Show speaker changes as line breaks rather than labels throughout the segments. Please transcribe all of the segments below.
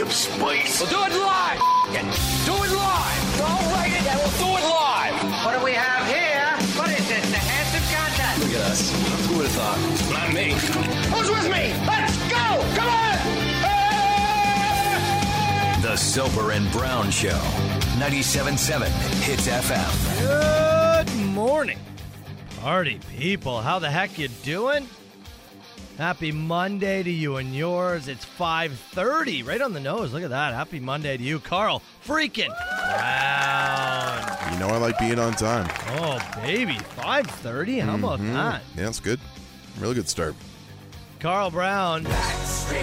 of spice.
We'll do it live. F- it. Do it live. I'll write it and we'll do it live.
What do we have here? What is this? The handsome contest.
Look at us. Who would have thought?
Not me.
Who's with me? Let's go! Come on! Hey!
The Sober and Brown Show. 97.7 Hits FM.
Good morning, party people. How the heck you doing? Happy Monday to you and yours. It's 5:30, right on the nose. Look at that. Happy Monday to you, Carl. Freaking Brown.
You know I like being on time.
Oh, baby. 5:30. How about
Mm-hmm.
that?
Yeah, it's good. Really good start.
Carl Brown.
Yeah,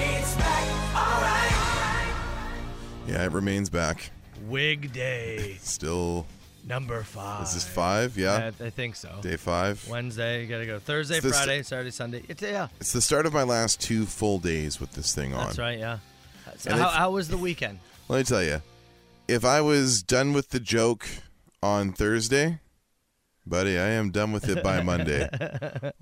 it remains back.
Wig day
Still,
number 5.
is this five?
I,
Yeah,
I think so.
day five.
Wednesday, you got to go Thursday,
It's this-
Friday, Saturday, Sunday. It's yeah.
It's the start of my last two full days with this thing on.
That's right, yeah. So
And
how,
it's-
how was the weekend?
Let me tell you, if I was done with the joke on Thursday, buddy, I am done with it by Monday.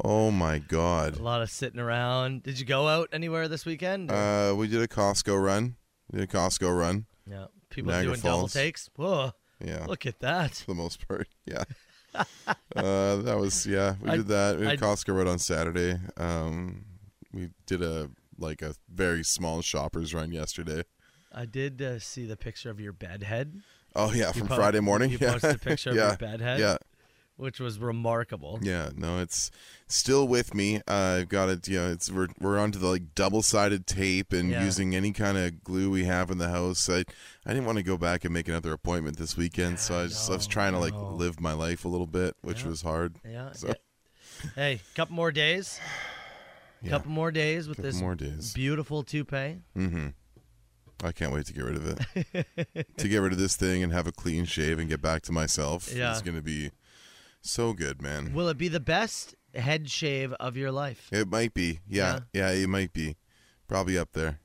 oh my
A
god!
lot of sitting around. Did you go out anywhere this weekend?
Uh, we did a Costco run. We did a Costco run.
yeah, people
Niagara
doing double
Falls.
takes. Whoa,
Yeah,
look at that.
for the most part. Yeah. uh, that was yeah. We
I-
did that. We
I-
did Costco Road on Saturday. Um, we did a like a very small shoppers run yesterday.
I did uh, see the picture of your bed head,
Oh yeah, from
po-
Friday morning.
you
yeah.
posted a picture of your
yeah.
bed head?
Yeah,
which was remarkable.
yeah. No, it's still with me. Uh, I've got it. You know, it's we're we're onto the like double sided tape and
Yeah.
using any kind of glue we have in the house. I I didn't want to go back and make another appointment this weekend, so I just I was trying to like live my life a little bit, which was hard.
Yeah.
So-
yeah. Hey, couple more days. Couple more days with
Couple
this
more days.
beautiful toupee.
I can't wait to get rid of it. to get rid of this thing and have a clean shave and get back to myself
Yeah.
is going to be so good, man.
Will it be the best head shave of your life?
It might be. Yeah, yeah. it might be. Probably up there.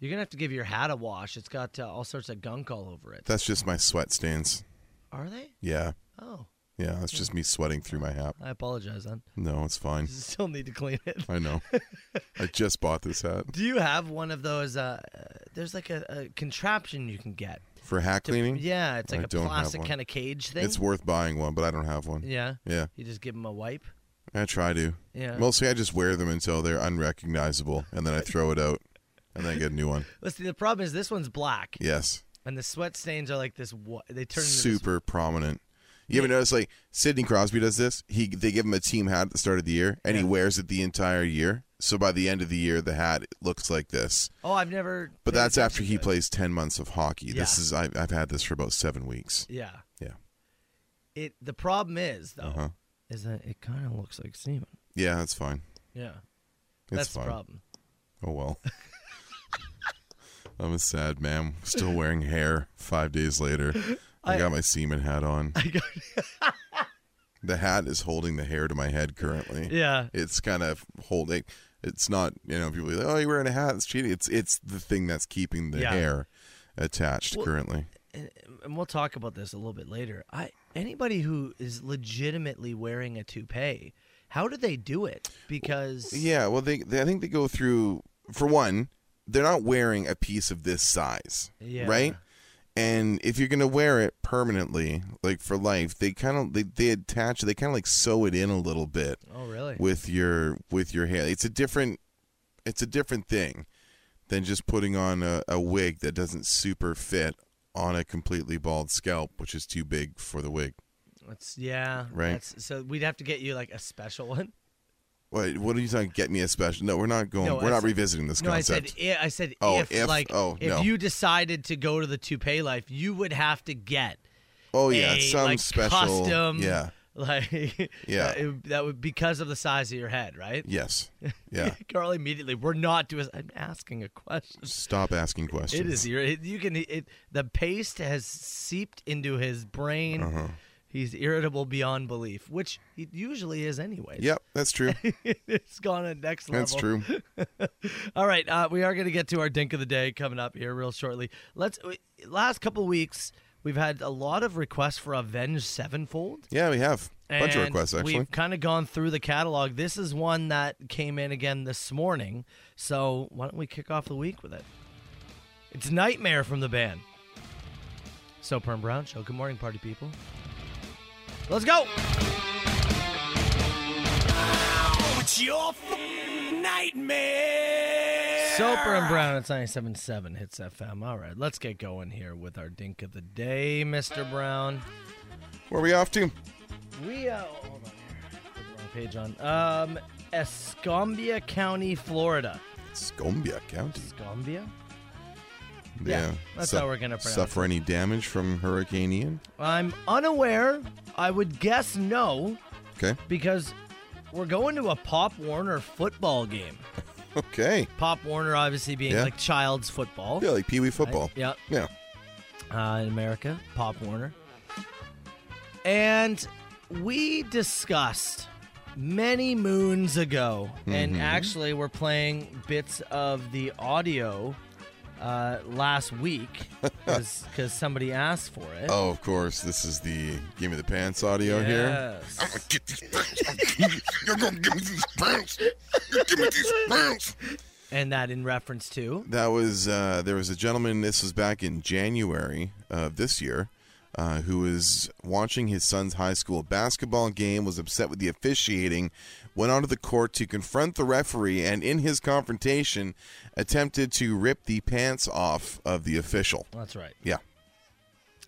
You're gonna have to give your hat a wash. It's got uh, all sorts of gunk all over it.
That's just my sweat stains.
Are they?
Yeah.
Oh,
Yeah, that's just me sweating through my hat.
I apologize then.
No, it's fine.
Still need to clean it.
I know. I just bought this hat
Do you have one of those? Uh, uh, there's like a, a contraption you can get.
for hat
to-
cleaning.
Yeah, it's like
I
a
don't have
plastic
one.
kind of cage thing.
It's worth buying one, but I don't have one.
yeah.
Yeah.
You just give them a wipe.
I try to.
Yeah.
Mostly I just wear them until they're unrecognizable and then I throw it out and then I get a new one.
Let's see. The problem is this one's black,
Yes.
and the sweat stains are like this. wh- They turn into this-
super prominent. You ever notice like Sidney Crosby does this? He they give him a team hat at the start of the year, and he wears it the entire year. So by the end of the year, the hat looks like this.
oh, I've never.
But
paid
that's after
attention
he
to it.
plays ten months of hockey. This
Yeah.
is I, I've had this for about seven weeks.
Yeah.
Yeah,
It. The problem is though,
Uh-huh.
is that it kind of looks like semen.
yeah, that's fine.
Yeah.
It's
that's
fine.
the problem.
Oh well. I'm a sad man. Still wearing hair. Five days later, I,
I-
got my semen hat on.
I got,
the hat is holding the hair to my head currently.
yeah.
it's kind of holding. It's not, you know, people are like, oh, you're wearing a hat. It's cheating. It's it's the thing that's keeping the
Yeah.
hair attached
Well-
currently.
and, and we'll talk about this a little bit later. I anybody who is legitimately wearing a toupee, how do they do it? Because
Yeah. Well, they, they I think they go through. For one, they're not wearing a piece of this size,
Yeah.
right? And if you're gonna wear it permanently, like for life, they kind of they, they attach it. They kind of like sew it in a little bit
oh really?
with your with your hair. It's a different it's a different thing than just putting on a, a wig that doesn't super fit on a completely bald scalp, which is too big for the wig.
That's, yeah,
Right.
that's- so we'd have to get you like a special one.
What what are you talking? Get me a special? No, we're not going.
No, I
we're not
said-
revisiting this
No,
concept.
I said I, I said
Oh,
if,
if-
like
oh,
if
no.
you decided to go to the toupee life, you would have to get
oh yeah,
a,
some
like,
special.
custom
Yeah.
like
Yeah.
that, it- that would because of the size of your head, right?
Yes. Yeah.
Carl immediately, we're not doing. I'm asking a question.
Stop asking questions.
It is your. It, you can. It, the paste has seeped into his brain.
Uh-huh.
He's irritable beyond belief, which he usually is anyways.
Yep, that's true.
it's gone to next level.
That's true.
All right, uh, we are going to get to our dink of the day coming up here real shortly. Let's. we- Last couple weeks, we've had a lot of requests for Avenged Sevenfold.
Yeah, we have a bunch of
And
requests actually.
We've kind of gone through the catalog. This is one that came in again this morning. So why don't we kick off the week with it? It's Nightmare from the band. So Perm Brown Show. Good morning, party people. Let's go.
It's your nightmare.
Soper and Brown, it's 97.7 Hits FM. All right, let's get going here with our dink of the day, Mr. Brown.
Where are we off to?
We, uh, hold on here. Put the Wrong page on. Um, Escambia County, Florida.
Scombia County.
Escambia? Yeah, that's how we're gonna pronounce
Suffer any damage from Hurricane Ian?
I'm unaware. I would guess no,
Okay.
because we're going to a Pop Warner football game.
Okay.
Pop Warner, obviously, being
Yeah.
like child's football.
Yeah, like Pee Wee football.
Yeah.
Yeah.
uh, in America, Pop Warner. And we discussed many moons ago,
Mm-hmm.
and actually, we're playing bits of the audio uh, last week because somebody asked for it.
Oh, of course. This is the Give Me the Pants audio here.
Yes.
Get these pants off me. You're going to give me these pants. You give me these pants.
And that in reference to.
That was, uh, there was a gentleman, this was back in January of this year, uh, who was watching his son's high school basketball game, was upset with the officiating, went onto the court to confront the referee, and in his confrontation, attempted to rip the pants off of the official.
That's right.
Yeah.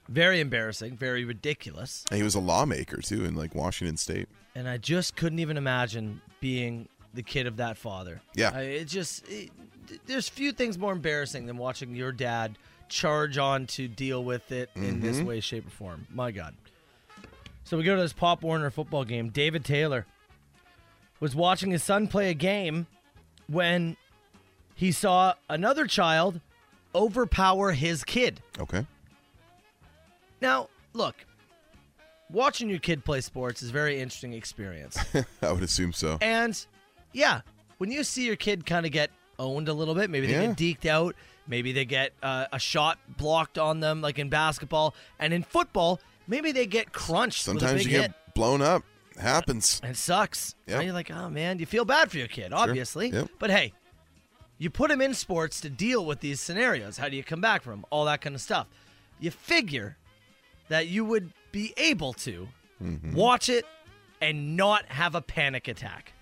Very embarrassing, very ridiculous.
And he was a lawmaker, too, in like Washington State.
and I just couldn't even imagine being the kid of that father.
Yeah.
I, it just it, th- there's few things more embarrassing than watching your dad charge on to deal with it in this way, shape, or form. My God. So we go to this Pop Warner football game. David Taylor was watching his son play a game when he saw another child overpower his kid.
Okay.
Now, look, watching your kid play sports is a very interesting experience.
I would assume so.
And yeah, when you see your kid kind of get owned a little bit, maybe they
Yeah.
get deked out, maybe they get uh, a shot blocked on them, like in basketball and in football, maybe they get crunched. with a
Sometimes
big
you get
hit.
blown up. Happens.
And it sucks.
Yep.
And you're like, oh man, you feel bad for your kid, obviously.
Yep.
But hey, you put him in sports to deal with these scenarios. How do you come back from 'em? All that kind of stuff. You figure that you would be able to
Mm-hmm.
watch it and not have a panic attack.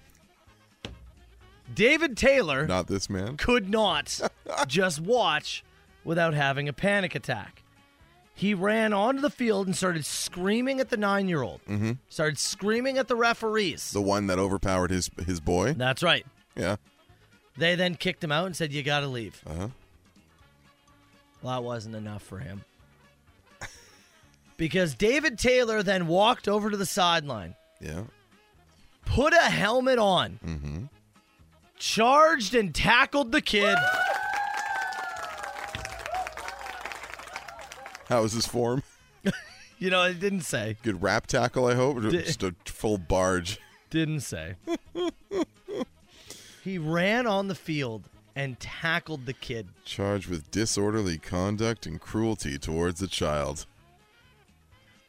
David Taylor
Not this man.
could not just watch without having a panic attack. He ran onto the field and started screaming at the nine year old, mm-hmm. started screaming at the referees.
The one that overpowered his his boy.
That's right.
Yeah.
They then kicked him out and said, You got to leave.
Uh-huh.
Well, that wasn't enough for him. because David Taylor then walked over to the sideline,
Yeah.
put a helmet on,
Mm-hmm.
charged and tackled the kid.
How was his form?
You know, it didn't say.
Good rap tackle, I hope. or Just a full barge.
Didn't say. he ran on the field and tackled the kid.
Charged with disorderly conduct and cruelty towards a child.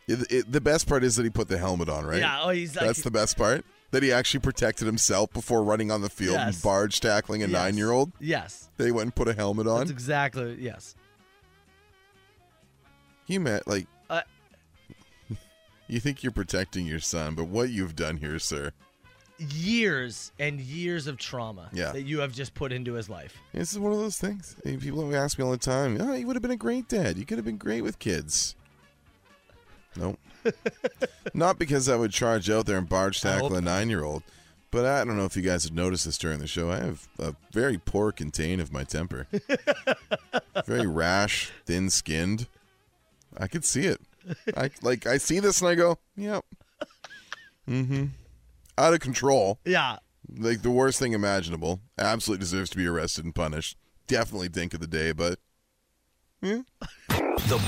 It, it, the best part is that he put the helmet on, right?
Yeah, oh, he's like-
That's the best part. That he actually protected himself before running on the field
Yes.
and barge tackling a
Yes.
nine year old.
Yes.
They went and put a helmet on.
That's exactly, yes.
You met like.
Uh,
you think you're protecting your son, but what you've done here, sir,
Years and years of trauma
Yeah.
that you have just put into his life.
this is one of those things. Hey, People ask me all the time, "Oh, you would have been a great dad. You could have been great with kids." Nope. Not because I would charge out there and barge
hope
tackle a nine-year-old, but I don't know if you guys have noticed this during the show. I have a very poor contain of my temper. very rash, thin-skinned. I could see it. I like. I see this and I go, "Yep." Mm-hmm. Out of control.
Yeah.
like the worst thing imaginable. Absolutely deserves to be arrested and punished. Definitely dink of the day, but
The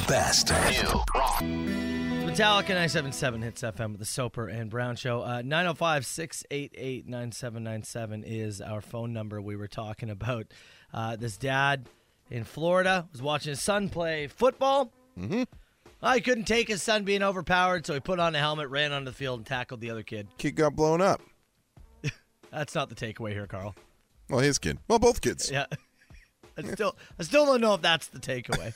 best.
Metallica 977 hits FM with the Soper and Brown Show. Uh, 905 688 9797 is our phone number. We were talking about uh, this dad in Florida was watching his son play football. Mm-hmm. I couldn't take his son being overpowered, so he put on a helmet, ran onto the field, and tackled the other kid.
kid got blown up.
That's not the takeaway here, Carl.
Well, his kid. Well, both kids.
Yeah. I still, I still don't know if that's the takeaway.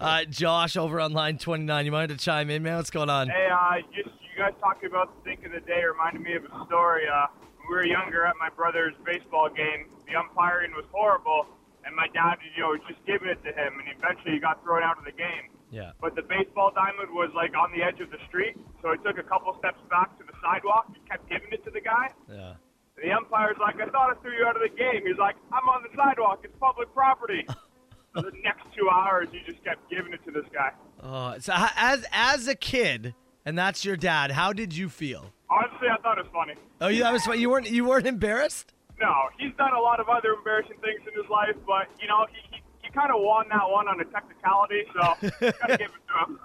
Uh, Josh over on line 29, you might have to chime in, man. What's going on?
Hey, uh, you, you guys talking about stink of the day reminded me of a story. Uh, when we were younger at my brother's baseball game, the umpiring was horrible, and my dad, you know, was just giving it to him, and eventually he got thrown out of the game.
Yeah.
But the baseball diamond was like on the edge of the street, so he took a couple steps back to the sidewalk and kept giving it to the guy.
Yeah.
And the umpire's like, I thought I threw you out of the game. He's like, I'm on the sidewalk. It's public property. For the next two hours, he just kept giving it to this guy.
Oh, so h- as as a kid, and that's your dad. How did you feel?
Honestly, I thought it was funny.
Oh, you that was fun- you weren't you weren't embarrassed.
No, he's done a lot of other embarrassing things in his life, but you know he he, he kind of won that one on a technicality, so gotta give it to him.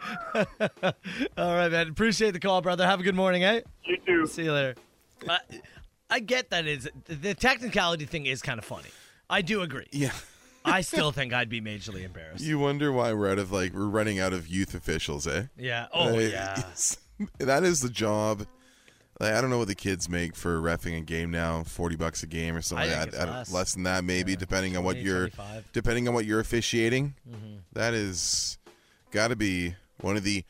All right, man. Appreciate the call, brother. Have a good morning, eh?
You too.
See you later. I, I get that is the technicality thing is kind of funny. I do agree.
Yeah.
I still think I'd be majorly embarrassed.
You wonder why we're out of like we're running out of youth officials, eh?
yeah. Oh
Uh,
yeah.
it's- that is the job. Like, I don't know what the kids make for refing a game now, forty bucks a game or something.
I
like
think
that.
it's
I don't-
less.
than that, maybe,
Yeah,
depending on what
20,
you're
25.
depending on what you're officiating.
Mm-hmm.
That is got to be one of the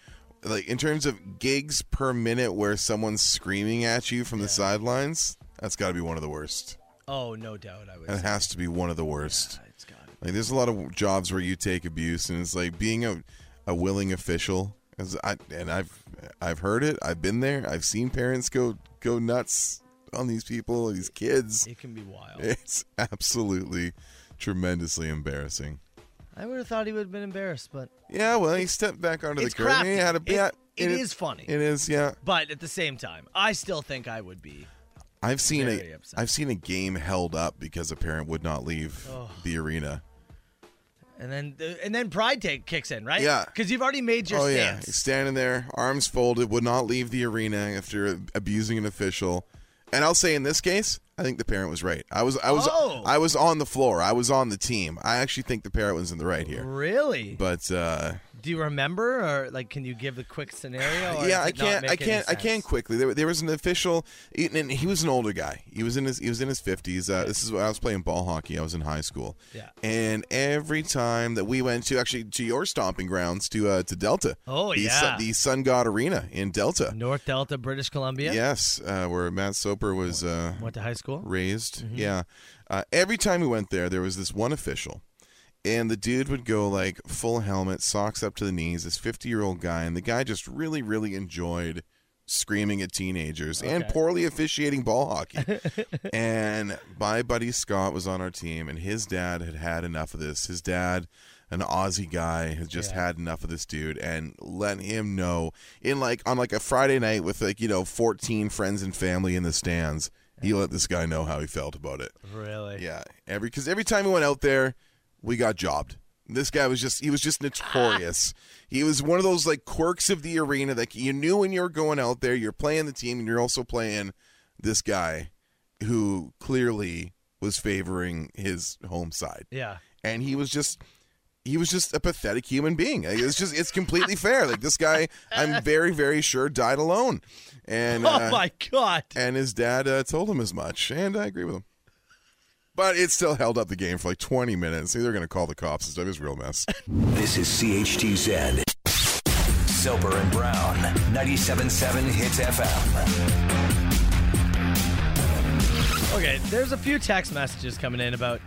like in terms of gigs per minute where someone's screaming at you from the sidelines. That's got to be one of the worst.
Oh no doubt. I would.
That
say.
has to be one of the worst.
It's got it.
Like there's a lot of jobs where you take abuse, and it's like being a, a willing official. As I and I've I've heard it. I've been there. I've seen parents go go nuts on these people, these kids.
It can be wild.
It's absolutely tremendously embarrassing.
I would have thought he would have been embarrassed, but
Yeah, well, he stepped back onto
it's
the curb. and
crafty.
He had a,
It-
yeah,
it is funny.
It is. Yeah,
but at the same time, I still think I would be.
I've seen
Very
a
upset.
have seen a game held up because a parent would not leave the arena.
And then and then pride take kicks in, right?
Yeah.
Because you've already made your
oh yeah,
stance.
He's standing there, arms folded, would not leave the arena after abusing an official. And I'll say in this case, I think the parent was right. I was I was
Oh.
I was on the floor. I was on the team. I actually think the parent was in the right here.
Really?
But uh,
Do you remember, or like, can you give a quick scenario? or
yeah,
does
I
it Oh, not
can't
make any
I can't I can't
sense?
quickly. There, there was an official, and he was an older guy. He was in his he was in his fifties. Uh, this is when I was playing ball hockey. I was in high school.
Yeah.
And every time that we went to actually to your stomping grounds to uh, to Delta.
Oh,
the
yeah.
Sun- the Sun God Arena in Delta.
North Delta, British Columbia.
Yes, uh, where Matt Soper was uh,
Went to high school.
raised. Yeah. Uh, every time we went there, there was this one official, and the dude would go like full helmet, socks up to the knees, this 50 year old guy, and the guy just really, really enjoyed screaming at teenagers and poorly officiating ball hockey. and my buddy Scott was on our team, and his dad had had enough of this. His dad, an Aussie guy, had just had enough of this dude, and let him know in like on like a Friday night with like you know 14 friends and family in the stands. He let this guy know how he felt about it.
Really?
Yeah, every because every time we went out there, we got jobbed. This guy was just he was just notorious. he was one of those like quirks of the arena that you knew when you were going out there. You're playing the team, and you're also playing this guy who clearly was favoring his home side,
Yeah.
and he was just. He was just a pathetic human being. Like, It's just, it's completely fair. Like this guy, I'm very, very sure died alone, and
oh
uh,
my God.
and his dad uh, told him as much, and I agree with him. But it still held up the game for like 20 minutes. They're going to call the cops and stuff. It was a real mess.
This is CHTZ. Soper and Brown, 97.7 Hits FM.
Okay. There's a few text messages coming in about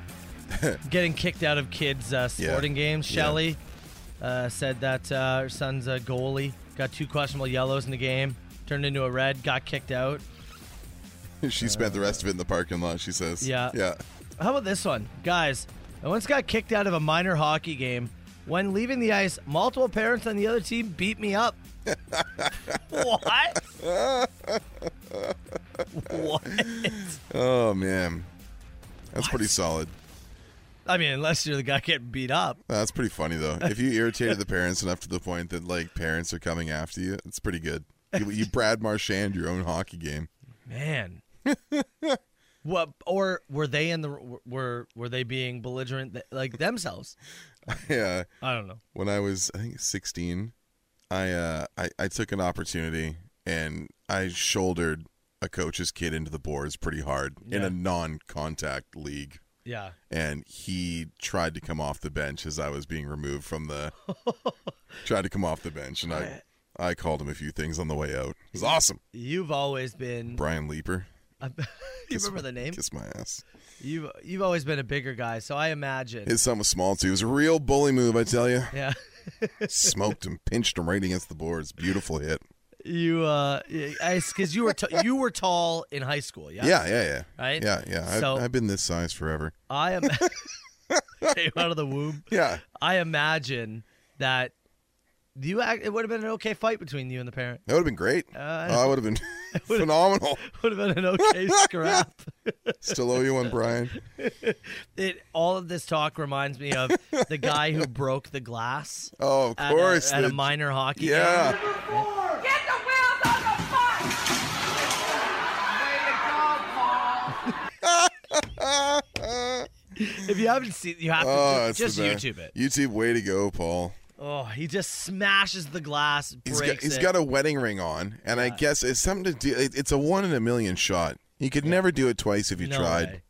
getting kicked out of kids' uh,
Yeah.
sporting games.
Yeah.
Shelly uh, said that uh, her son's a goalie got two questionable yellows in the game, turned into a red, got kicked out.
she spent the rest of it in the parking lot, she says.
Yeah.
Yeah.
How about this one? Guys, I once got kicked out of a minor hockey game. When leaving the ice, multiple parents on the other team beat me up. what? what?
Oh, man. That's pretty solid. Uh,
I mean, unless you're the guy getting beat up.
That's pretty funny, though. If you irritated the parents enough to the point that, like, parents are coming after you, it's pretty good. You, you Brad Marchand your own hockey game.
Man. what or were they in the were were they being belligerent th- like themselves?
Yeah.
I don't know.
when I was I think 16, I uh I, I took an opportunity and I shouldered a coach's kid into the boards pretty hard in
Yeah.
a non-contact league.
Yeah.
and he tried to come off the bench as I was being removed from the. tried to come off the bench, and I, I called him a few things on the way out. It was awesome.
You've always been.
Brian Leeper.
you
Kiss
remember
my-
the name?
Kiss my ass.
You've you've always been a bigger guy, so I imagine.
His son was small too. It was a real bully move, I tell you.
yeah.
Smoked him, pinched him right against the boards. Beautiful hit.
You uh, because you were t- you were tall in high school. Yeah.
Yeah, yeah, yeah.
Right?
Yeah, yeah.
So-
I, I've been this size forever.
I am. Came out of the womb.
Yeah.
I imagine that you act, it would have been an okay fight between you and the parent.
That would have been great.
Uh,
oh, I would have been phenomenal.
Would have been an okay scrap.
Still owe you one, Brian.
It all of this talk reminds me of the guy who broke the glass
Oh, of
at,
course.
a, at a
the-
minor hockey game.
yeah.
Get the wheels on the bus!
If you haven't seen, you have to
Oh,
ju-
it's
just,
the best.
YouTube it.
YouTube, way to go, Paul.
Oh, he just smashes the glass, breaks
He's got, he's
it.
got a wedding ring on, and I guess it's something to do. it- It's a one in a million shot. You could never do it twice if you
No
tried. Mm.
way.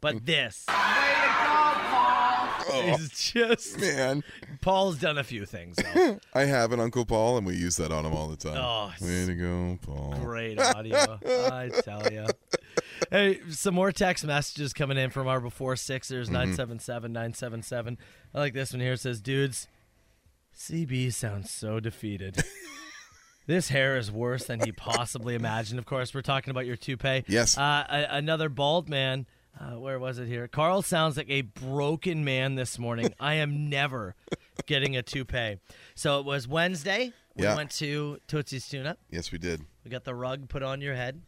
But this
Oh,
is just
man.
Paul's done a few things. Though.
I have an Uncle Paul, and we use that on him all the time.
Oh, it's
Way to go, Paul.
Great audio, I tell you. Hey, some more text messages coming in from our before Sixers
Mm-hmm.
977 977. I like this one here. It says, "Dudes, CB sounds so defeated. this hair is worse than he possibly imagined." Of course, we're talking about your toupee.
Yes.
Uh, a- another bald man. Uh, where was it here? Carl sounds like a broken man this morning. I am never getting a toupee. So it was Wednesday. We
Yeah.
went to Tootsie's Tune Up.
Yes, we did.
We got the rug put on your head.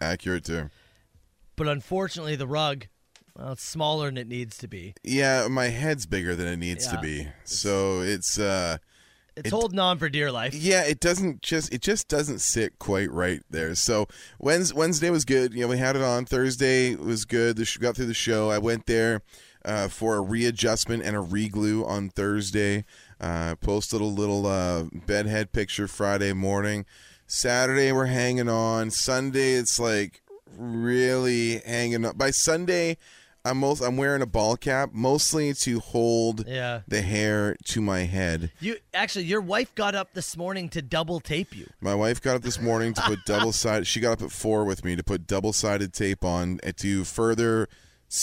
Accurate too.
But unfortunately, the rug, well, it's smaller than it needs to be.
Yeah, my head's bigger than it needs
Yeah.
to be. So it's uh
It's holding on for dear life.
yeah, it doesn't just it just doesn't sit quite right there. So Wednes Wednesday was good. You know, we had it on Thursday was good. The sh- got through the show. I went there uh, for a readjustment and a reglue on Thursday. Uh, posted a little uh, bedhead picture Friday morning. Saturday we're hanging on. Sunday it's like really hanging on. By Sunday, I'm most I'm wearing a ball cap mostly to hold
Yeah.
the hair to my head.
You actually, your wife got up this morning to double tape you.
My wife got up this morning to put double sided. She got up at four with me to put double sided tape on uh, to further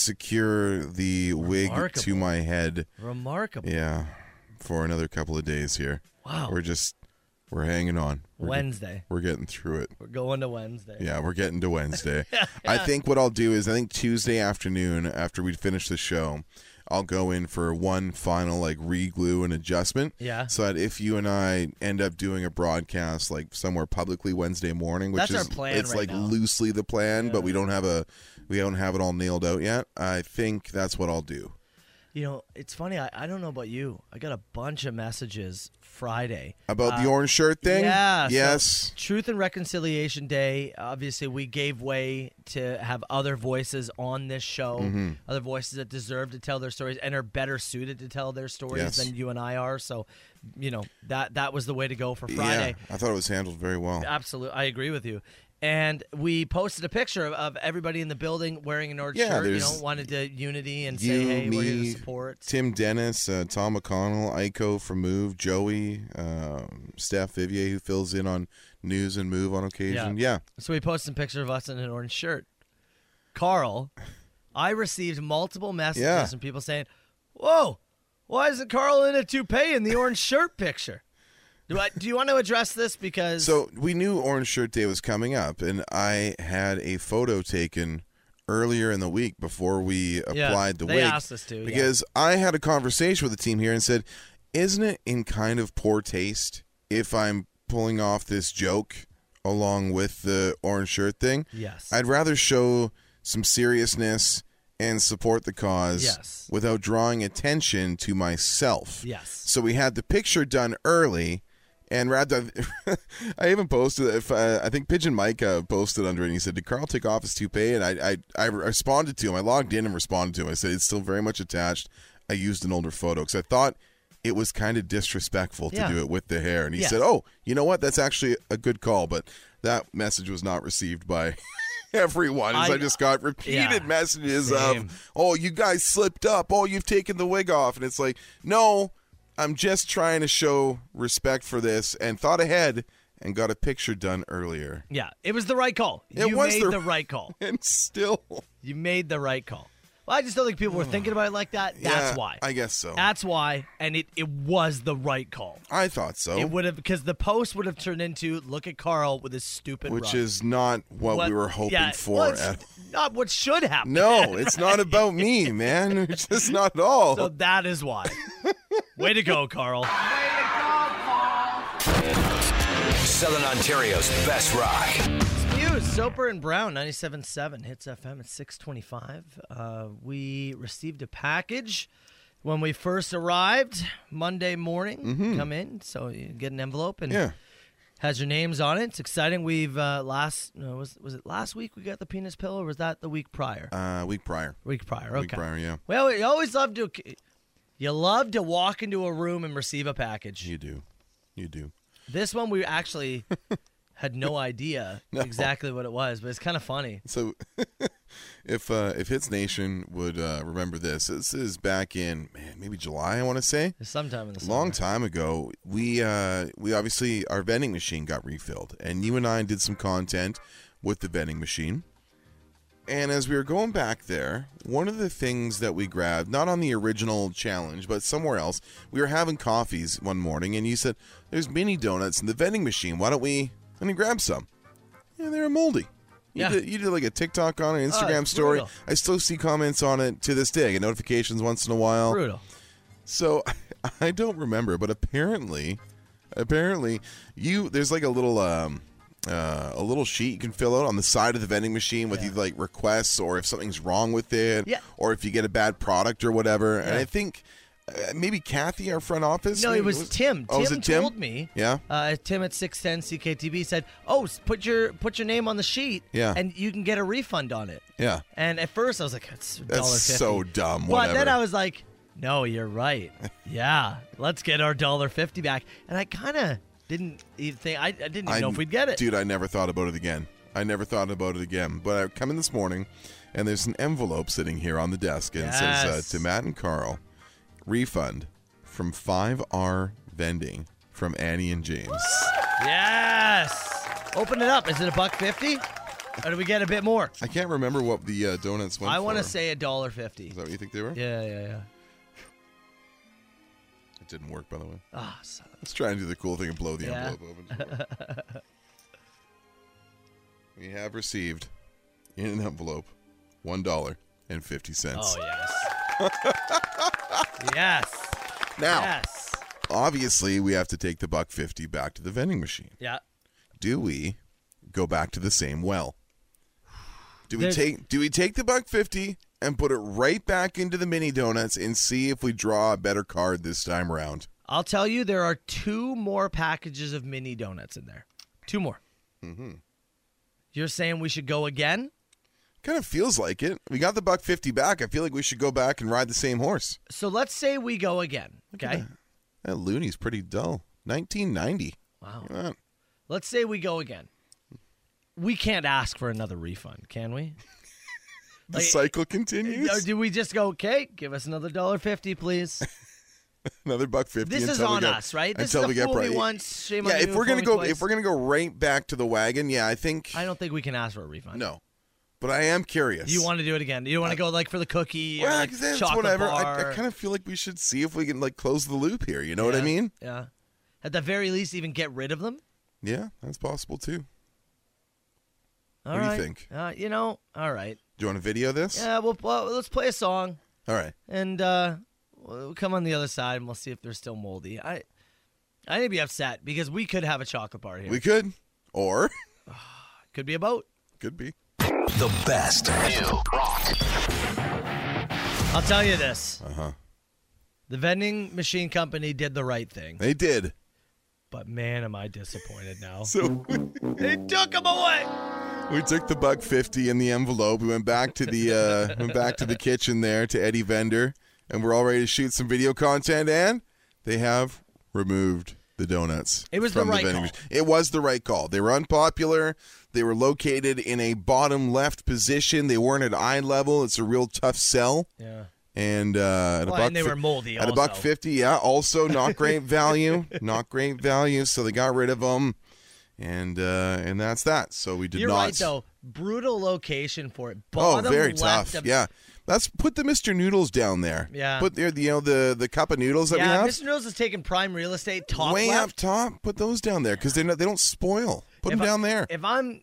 secure the wig to
Remarkable.
my head.
Remarkable.
Yeah, for another couple of days here.
Wow.
We're just we're hanging on. We're get-
Wednesday.
we're getting through it.
We're going to Wednesday.
Yeah, we're getting to Wednesday. I think what I'll do is I think Tuesday afternoon after we finish the show, I'll go in for one final like re-glue and adjustment.
Yeah.
So that if you and I end up doing a broadcast like somewhere publicly Wednesday morning, which
That's
is
our plan
it's
right
like
now.
loosely the plan, but we don't have a we don't have it all nailed out yet. I think that's what I'll do.
You know, it's funny. I, I don't know about you. I got a bunch of messages Friday.
About the orange shirt thing?
Uh, Yeah. so
Yes.
Truth and Reconciliation Day. Obviously, we gave way to have other voices on this show,
Mm-hmm.
other voices that deserve to tell their stories and are better suited to tell their stories
Yes.
than you and I are. So, you know that that was the way to go for Friday.
Yeah. I thought it was handled very well.
Absolutely, I agree with you. And we posted a picture of, of everybody in the building wearing an orange
Yeah,
shirt. You
there's
know, wanted to unity and
you,
say, hey, we're here to
me,
support.
Tim Dennis, uh, Tom McConnell, Ico from Move, Joey, uh, Steph Vivier, who fills in on news and Move on occasion. Yeah.
So we posted a picture of us in an orange shirt. Carl, I received multiple messages
Yeah.
from people saying, "Whoa, why isn't Carl in a toupee in the orange shirt picture?" Do I do you want to address this because
So we knew Orange Shirt Day was coming up, and I had a photo taken earlier in the week before we applied
Yeah,
the
they
wig.
asked us to, yeah.
because I had a conversation with the team here and said, "Isn't it in kind of poor taste if I'm pulling off this joke along with the orange shirt thing?"
Yes.
I'd rather show some seriousness and support the cause
Yes.
without drawing attention to myself.
Yes.
So we had the picture done early, and rather, I even posted. If uh, I think Pigeon Mike uh, posted under it, and he said, "Did Carl take off his toupee?" And I, I, I responded to him. I logged in and responded to him. I said, "It's still very much attached." I used an older photo because I thought it was kind of disrespectful to
Yeah.
do it with the hair. And he
Yes.
said, "Oh, you know what? That's actually a good call." But that message was not received by everyone. As I,
I-
just got repeated
yeah,
messages
same.
of, "Oh, you guys slipped up. Oh, you've taken the wig off," and it's like, no, I'm just trying to show respect for this and thought ahead and got a picture done earlier.
Yeah, it was the right call.
It
you
was
made
the-
the... right call.
And still,
You made the right call. Well, I just don't think people were thinking about it like that.
Yeah,
That's why.
I guess so.
That's why, and it, it was the right call.
I thought so.
It would have because the post would have turned into look at Carl with his stupid
which
rug."
is not what,
What-
we were hoping
yeah,
for.
well, it's
at-
not what should happen.
no, it's not about me, man. It's just not at all.
So that is why. Way to go, Carl.
Southern Ontario's best rock.
News, Soper and Brown, 97.7 Hits FM at 625. Uh, we received a package when we first arrived Monday morning. Come in, so you get an envelope and
Mm-hmm. yeah.
has your names on it. It's exciting. We've uh, last, no, was, was it last week we got the penis pillow or was that the week prior?
Uh, week prior.
week prior, okay.
Week prior, yeah.
Well, you always love to, you love to walk into a room and receive a package.
You do. You do.
This one we actually had no idea
No.
exactly what it was, but it's kind of funny.
So, if uh, if Hits Nation would uh, remember this, this is back in man maybe July I want to say.
Sometime in the summer.
Long time ago, we uh, we obviously our vending machine got refilled, and you and I did some content with the vending machine. And as we were going back there, one of the things that we grabbed, not on the original challenge, but somewhere else, we were having coffees one morning, and you said, "There's mini donuts in the vending machine. Why don't we? Let me grab some." And they're moldy. You,
Yeah.
did, you did like a TikTok on it, Instagram
it's
story.
brutal.
I still see comments on it to this day. I get notifications once in a while.
Brutal.
So I don't remember, but apparently, apparently, you there's like a little um uh, a little sheet you can fill out on the side of the vending machine with either like requests or if something's wrong with it,
Yeah.
or if you get a bad product or whatever. And I think uh, maybe Kathy, our front office.
No,
maybe-
it was Tim.
Oh,
Tim
was it Tim?
told me.
Yeah.
Uh, Tim at six ten CKTB said, "Oh, s- put your put your name on the sheet.
Yeah.
And you can get a refund on it."
Yeah.
And at first I was like, "That's
That's
$1.50."
so dumb.
But
Whatever.
then I was like, "No, you're right. yeah, let's get our dollar fifty back." And I kind of didn't even think I, I didn't even
I-
know if we'd get it.
Dude, I never thought about it again. I never thought about it again. But I come in this morning, and there's an envelope sitting here on the desk, and it
Yes.
says uh, to Matt and Carl, refund from 5R Vending from Annie and James.
Yes. Open it up. Is it a buck fifty? Or do we get a bit more?
I can't remember what the uh, donuts went
I want to
for.
say a dollar fifty.
Is that what you think they were?
Yeah, yeah, yeah.
It didn't work, by the way.
Ah, son of
Let's try and do the cool thing and blow the
Yeah.
envelope open. we have received in an envelope $1.50.
Oh yes. yes.
Now.
Yes.
obviously we have to take the buck 50 back to the vending machine
Yeah.
do we go back to the same well do we
There's-
take do we take the buck 50 and put it right back into the mini donuts and see if we draw a better card this time around
I'll tell you, there are two more packages of mini donuts in there. Two more. Mm-hmm. You're saying we should go again?
kind of feels like it we got the buck 50 back i feel like we should go back and ride the same horse
So let's say we go again. Okay.
that looney's pretty dull 1990
Wow.
Look at that.
Let's say we go again. We can't ask for another refund, can we?
the
Like, uh,
cycle
Or
continues
do we just go, okay, give us another dollar fifty, please?
another buck 50
This is
until we
on
get-
us, right? This
until
is a
we get
fool me
bri-
once, shame
yeah
on you,
if
fool
we're gonna
me
go
twice.
if we're gonna go right back to the wagon yeah i think
I don't think we can ask for a refund.
No, but I am curious.
You want to do it again? You don't want to go like for the cookie or
Well,
like
'cause then it's
chocolate
whatever.
bar?
I, I kind of feel like we should see if we can like close the loop here. You know what I
Yeah,
mean?
Yeah. At the very least, even get rid of them.
Yeah, that's possible too.
All
What do you
right.
think?
Uh, you know, all right.
Do you want to video this?
Yeah, well, well, let's play a song
All right.
and uh, we'll come on the other side and we'll see if they're still moldy. I I need to be upset because we could have a chocolate bar here.
We could, or
could be a boat.
could be.
The best.
I'll tell you this. Uh huh.
Uh-huh.
The vending machine company did the right thing,
They did.
but man, am I disappointed now.
So
they took them away.
we took the buck fifty in the envelope. We went back to the uh, went back to the kitchen there to Eddie Vendor, and we're all ready to shoot some video content. And they have removed the the donuts.
It was
from
the right call.
vending machine. It was the right call. They were unpopular. They were located in a bottom left position. They weren't at eye level. It's a real tough sell.
Yeah.
And uh, at a
Well,
buck
and they
fi-
were moldy
At a buck
also.
fifty, yeah. Also, not great value. not great value. So they got rid of them, and uh, and that's that. So we did
You're
not.
right though. Brutal location for it.
Oh,
Bottom
very
left
tough.
of-
yeah. Let's put the Mr. Noodles down there.
Yeah.
Put there, you know, the the cup of noodles that
Yeah,
we
Mr. Nose is taking prime real estate. Top
have. Way
left.
up top, put those down there because they're not, they don't spoil. Put
If
them
I-
down there.
If I'm,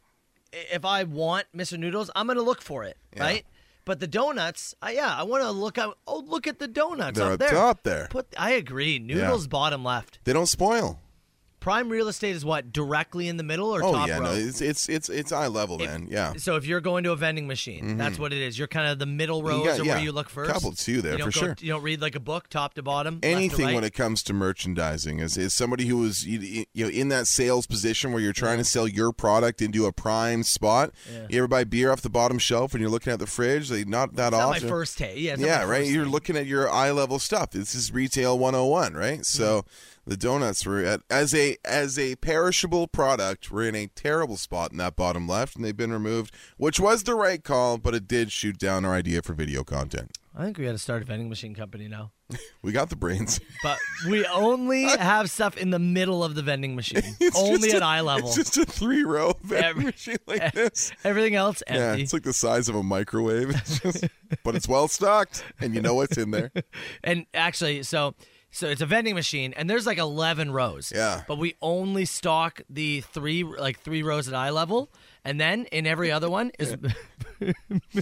if I want Mr. Noodles, I'm gonna look for it,
Yeah.
right? But the donuts, I yeah, I want to look out. Oh, look at the donuts
They're
up
up
there.
top there.
Put. I agree. Noodles bottom left.
They don't spoil.
Prime real estate is what directly in the middle or
Oh
top
yeah,
row.
no, it's it's it's it's eye level, man. Yeah.
So if you're going to a vending machine, that's what it is. You're kind of the middle rows
Mm-hmm. got-
or
yeah,
where you look first.
couple two there
you don't
for
go-
sure.
You don't read like a book, top to bottom.
Anything
left to right.
when it comes to merchandising is, is somebody who is you, you know in that sales position where you're trying to sell your product into a prime spot. You ever buy beer off the bottom shelf when you're looking at the fridge? They not that
Not my
often.
first day. Yeah. it's not
yeah,
my
right.
first
You're
day.
looking at your eye level stuff. This is retail 101, right? So
Mm-hmm.
the donuts were at, as a as a perishable product were in a terrible spot in that bottom left, and they've been removed, which was the right call, but it did shoot down our idea for video content.
I think we got to start a vending machine company now.
We got the brains.
But we only have stuff in the middle of the vending machine,
It's
only
just
at
a-
eye level.
It's just a three row
Every-
vending machine like this.
Everything else
Yeah,
empty.
it's like the size of a microwave. It's just, but it's well stocked, and you know what's in there.
and actually, so so it's a vending machine, and there's like eleven rows.
Yeah.
But we only stock the three like three rows at eye level, and then in every other one is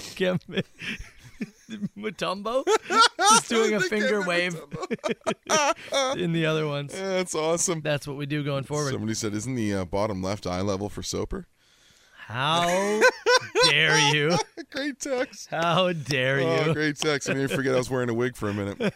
Matumbo just doing a finger wave in the other ones.
Yeah, that's awesome.
That's what we do going forward.
Somebody said, "Isn't the uh, bottom left eye level for Soper?"
How dare you?
Great text.
How dare you?
Oh, great text. I didn't forget I was wearing a wig for a minute.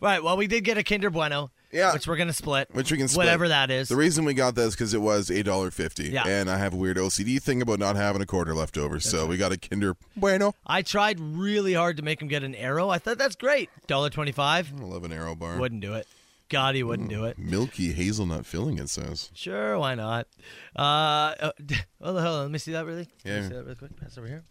Right. Well, we did get a Kinder Bueno.
Yeah.
Which we're gonna split.
Which we can split.
Whatever that is.
The reason we got that is because it was eight dollar fifty,
Yeah.
and I have a weird OCD thing about not having a quarter left over, so we got a Kinder Bueno,
I tried really hard to make him get an arrow. I thought that's great. Dollar twenty-five.
eleven arrow bar,
Wouldn't do it. God, he wouldn't do it.
milky hazelnut filling. It says
Sure, why not? Uh, oh, d- hold on, hold on, let me see that really. Let me
Yeah.
see that really quick. Pass over here.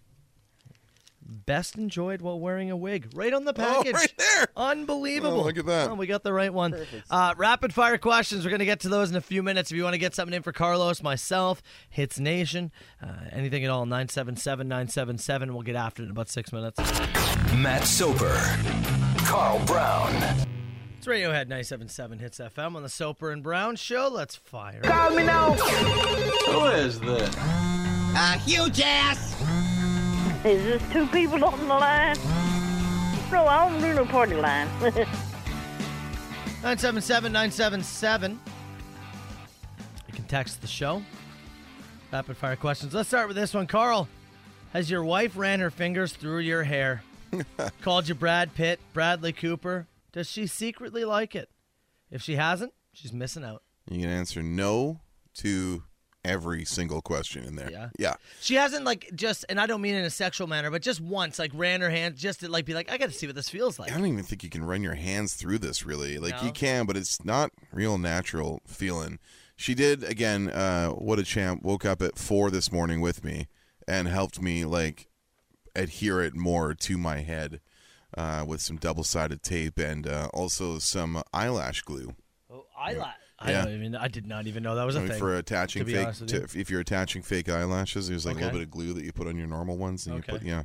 Best enjoyed while wearing a wig, right on the package.
Oh, right there.
Unbelievable.
Oh, look at that.
Oh, we got the right one. Uh, rapid fire questions. We're going to get to those in a few minutes. If you want to get something in for Carlos, myself, Hits Nation, uh, anything at all, 977 977. We'll get after it in about six minutes.
Matt Soper, Carl Brown.
It's Radiohead 977 Hits FM on the Soper and Brown Show. Let's fire.
Is this two people on the line? No, I don't do no party line.
977 977. You can text the show. Rapid fire questions. Let's start with this one. Carl, has your wife ran her fingers through your hair? Called you Brad Pitt, Bradley Cooper. Does she secretly like it? If she hasn't, she's missing out.
you can answer no to every single question in there.
Yeah.
yeah.
She hasn't, like, just, and I don't mean in a sexual manner, but just once, like, ran her hand just to, like, be like, I got to see what this feels like.
I don't even think you can run your hands through this really. Like
No.
you can, but it's not real natural feeling. She did again. Uh, what a champ! Woke up at four this morning with me and helped me like adhere it more to my head uh, with some double sided tape and uh, also some eyelash glue.
Oh, I, la- I
Yeah.
don't even, I did not even know that was a
I mean,
thing.
for attaching
to be
fake,
honest with
to,
you.
if you're attaching fake eyelashes, there's like a
Okay.
little bit of glue that you put on your normal ones, and
Okay.
you put yeah,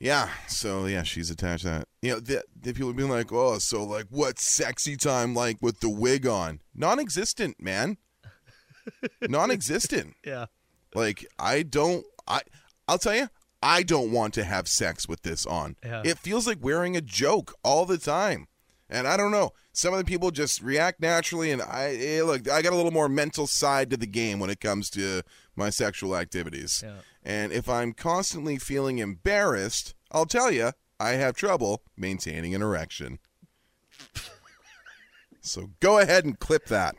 yeah. So yeah, she's attached that. You know, the, the people being like, oh, so like, what's sexy time like with the wig on? Non-existent, man. Non-existent.
yeah.
Like I don't. I I'll tell you. I don't want to have sex with this on.
Yeah.
It feels like wearing a joke all the time. And I don't know. Some of the people just react naturally, and I eh, look. I got a little more mental side to the game when it comes to my sexual activities.
Yeah.
And if I'm constantly feeling embarrassed, I'll tell you, I have trouble maintaining an erection. so go ahead and clip that.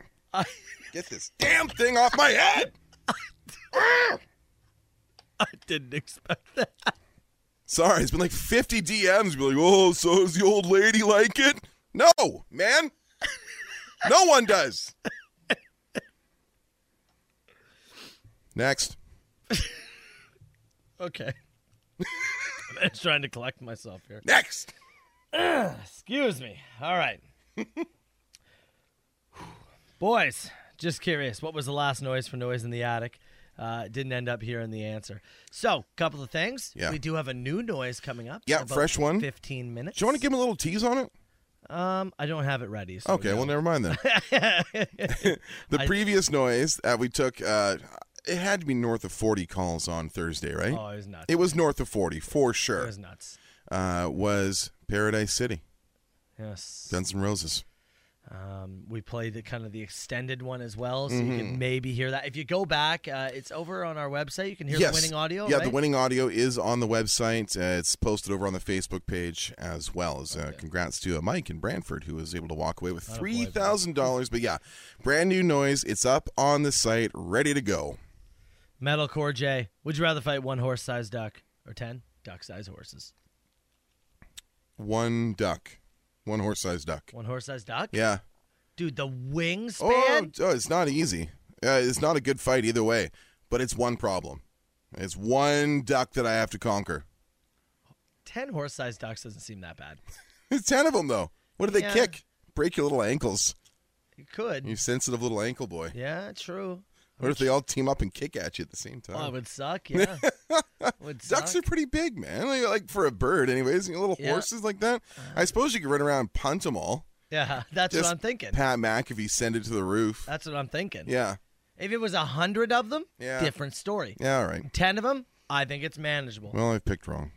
Get this damn thing off my head.
I didn't expect that.
Sorry, it's been like 50 DMs. Be like, oh, so does the old lady like it? No, man. No one does. Next.
Okay. I'm just trying to collect myself here.
Next.
Excuse me. All right. Boys, just curious, what was the last noise for noise in the attic? Uh, didn't end up hearing the answer. So, couple of things.
Yeah.
We do have a new noise coming up. in
Yeah,
about
fresh one.
15 minutes.
Do you want to give him a little tease on it?
Um, I don't have it ready. So
Okay,
no.
well, never mind then. the previous noise that we took, uh, it had to be north of 40 calls on Thursday, right?
Oh, it was nuts.
it was north of 40 for
It
sure.
was nuts.
Uh, was Paradise City,
Yes.
Guns N' Roses.
Um, we played the kind of the extended one as well, so you
Mm-hmm.
can maybe hear that. If you go back, uh, it's over on our website. You can hear the winning audio.
Yeah, the
right?
winning audio is on the website. Uh, it's posted over on the Facebook page as well. As uh, congrats to uh, Mike in Brantford who was able to walk away with three thousand dollars. But yeah, brand new noise. It's up on the site, ready to go.
Metalcore J. Would you rather fight one horse-sized duck or ten duck-sized horses?
One duck, one horse-sized duck.
One horse-sized duck.
Yeah.
Dude, the wingspan.
Oh, oh, it's not easy. Uh, it's not a good fight either way. But it's one problem. It's one duck that I have to conquer.
Ten horse-sized ducks doesn't seem that bad.
It's ten of them though. What do they
Yeah.
kick? Break your little ankles.
You could.
You sensitive little ankle boy.
Yeah, true.
What if they all team up and kick at you at the same time?
Oh, it would suck. Yeah. would suck.
Uh, Ducks are pretty big, man. Like, like for a bird, anyways. You know, little
Yeah. Uh-huh.
horses like that. I suppose you could run around and punt them all.
yeah, that's what
Just
I'm thinking.
Pat McAfee send it to the roof.
That's what I'm thinking.
Yeah,
If it was a hundred of them,
Yeah.
different story.
yeah, all right.
Ten of them, I think it's manageable.
Well, I picked wrong.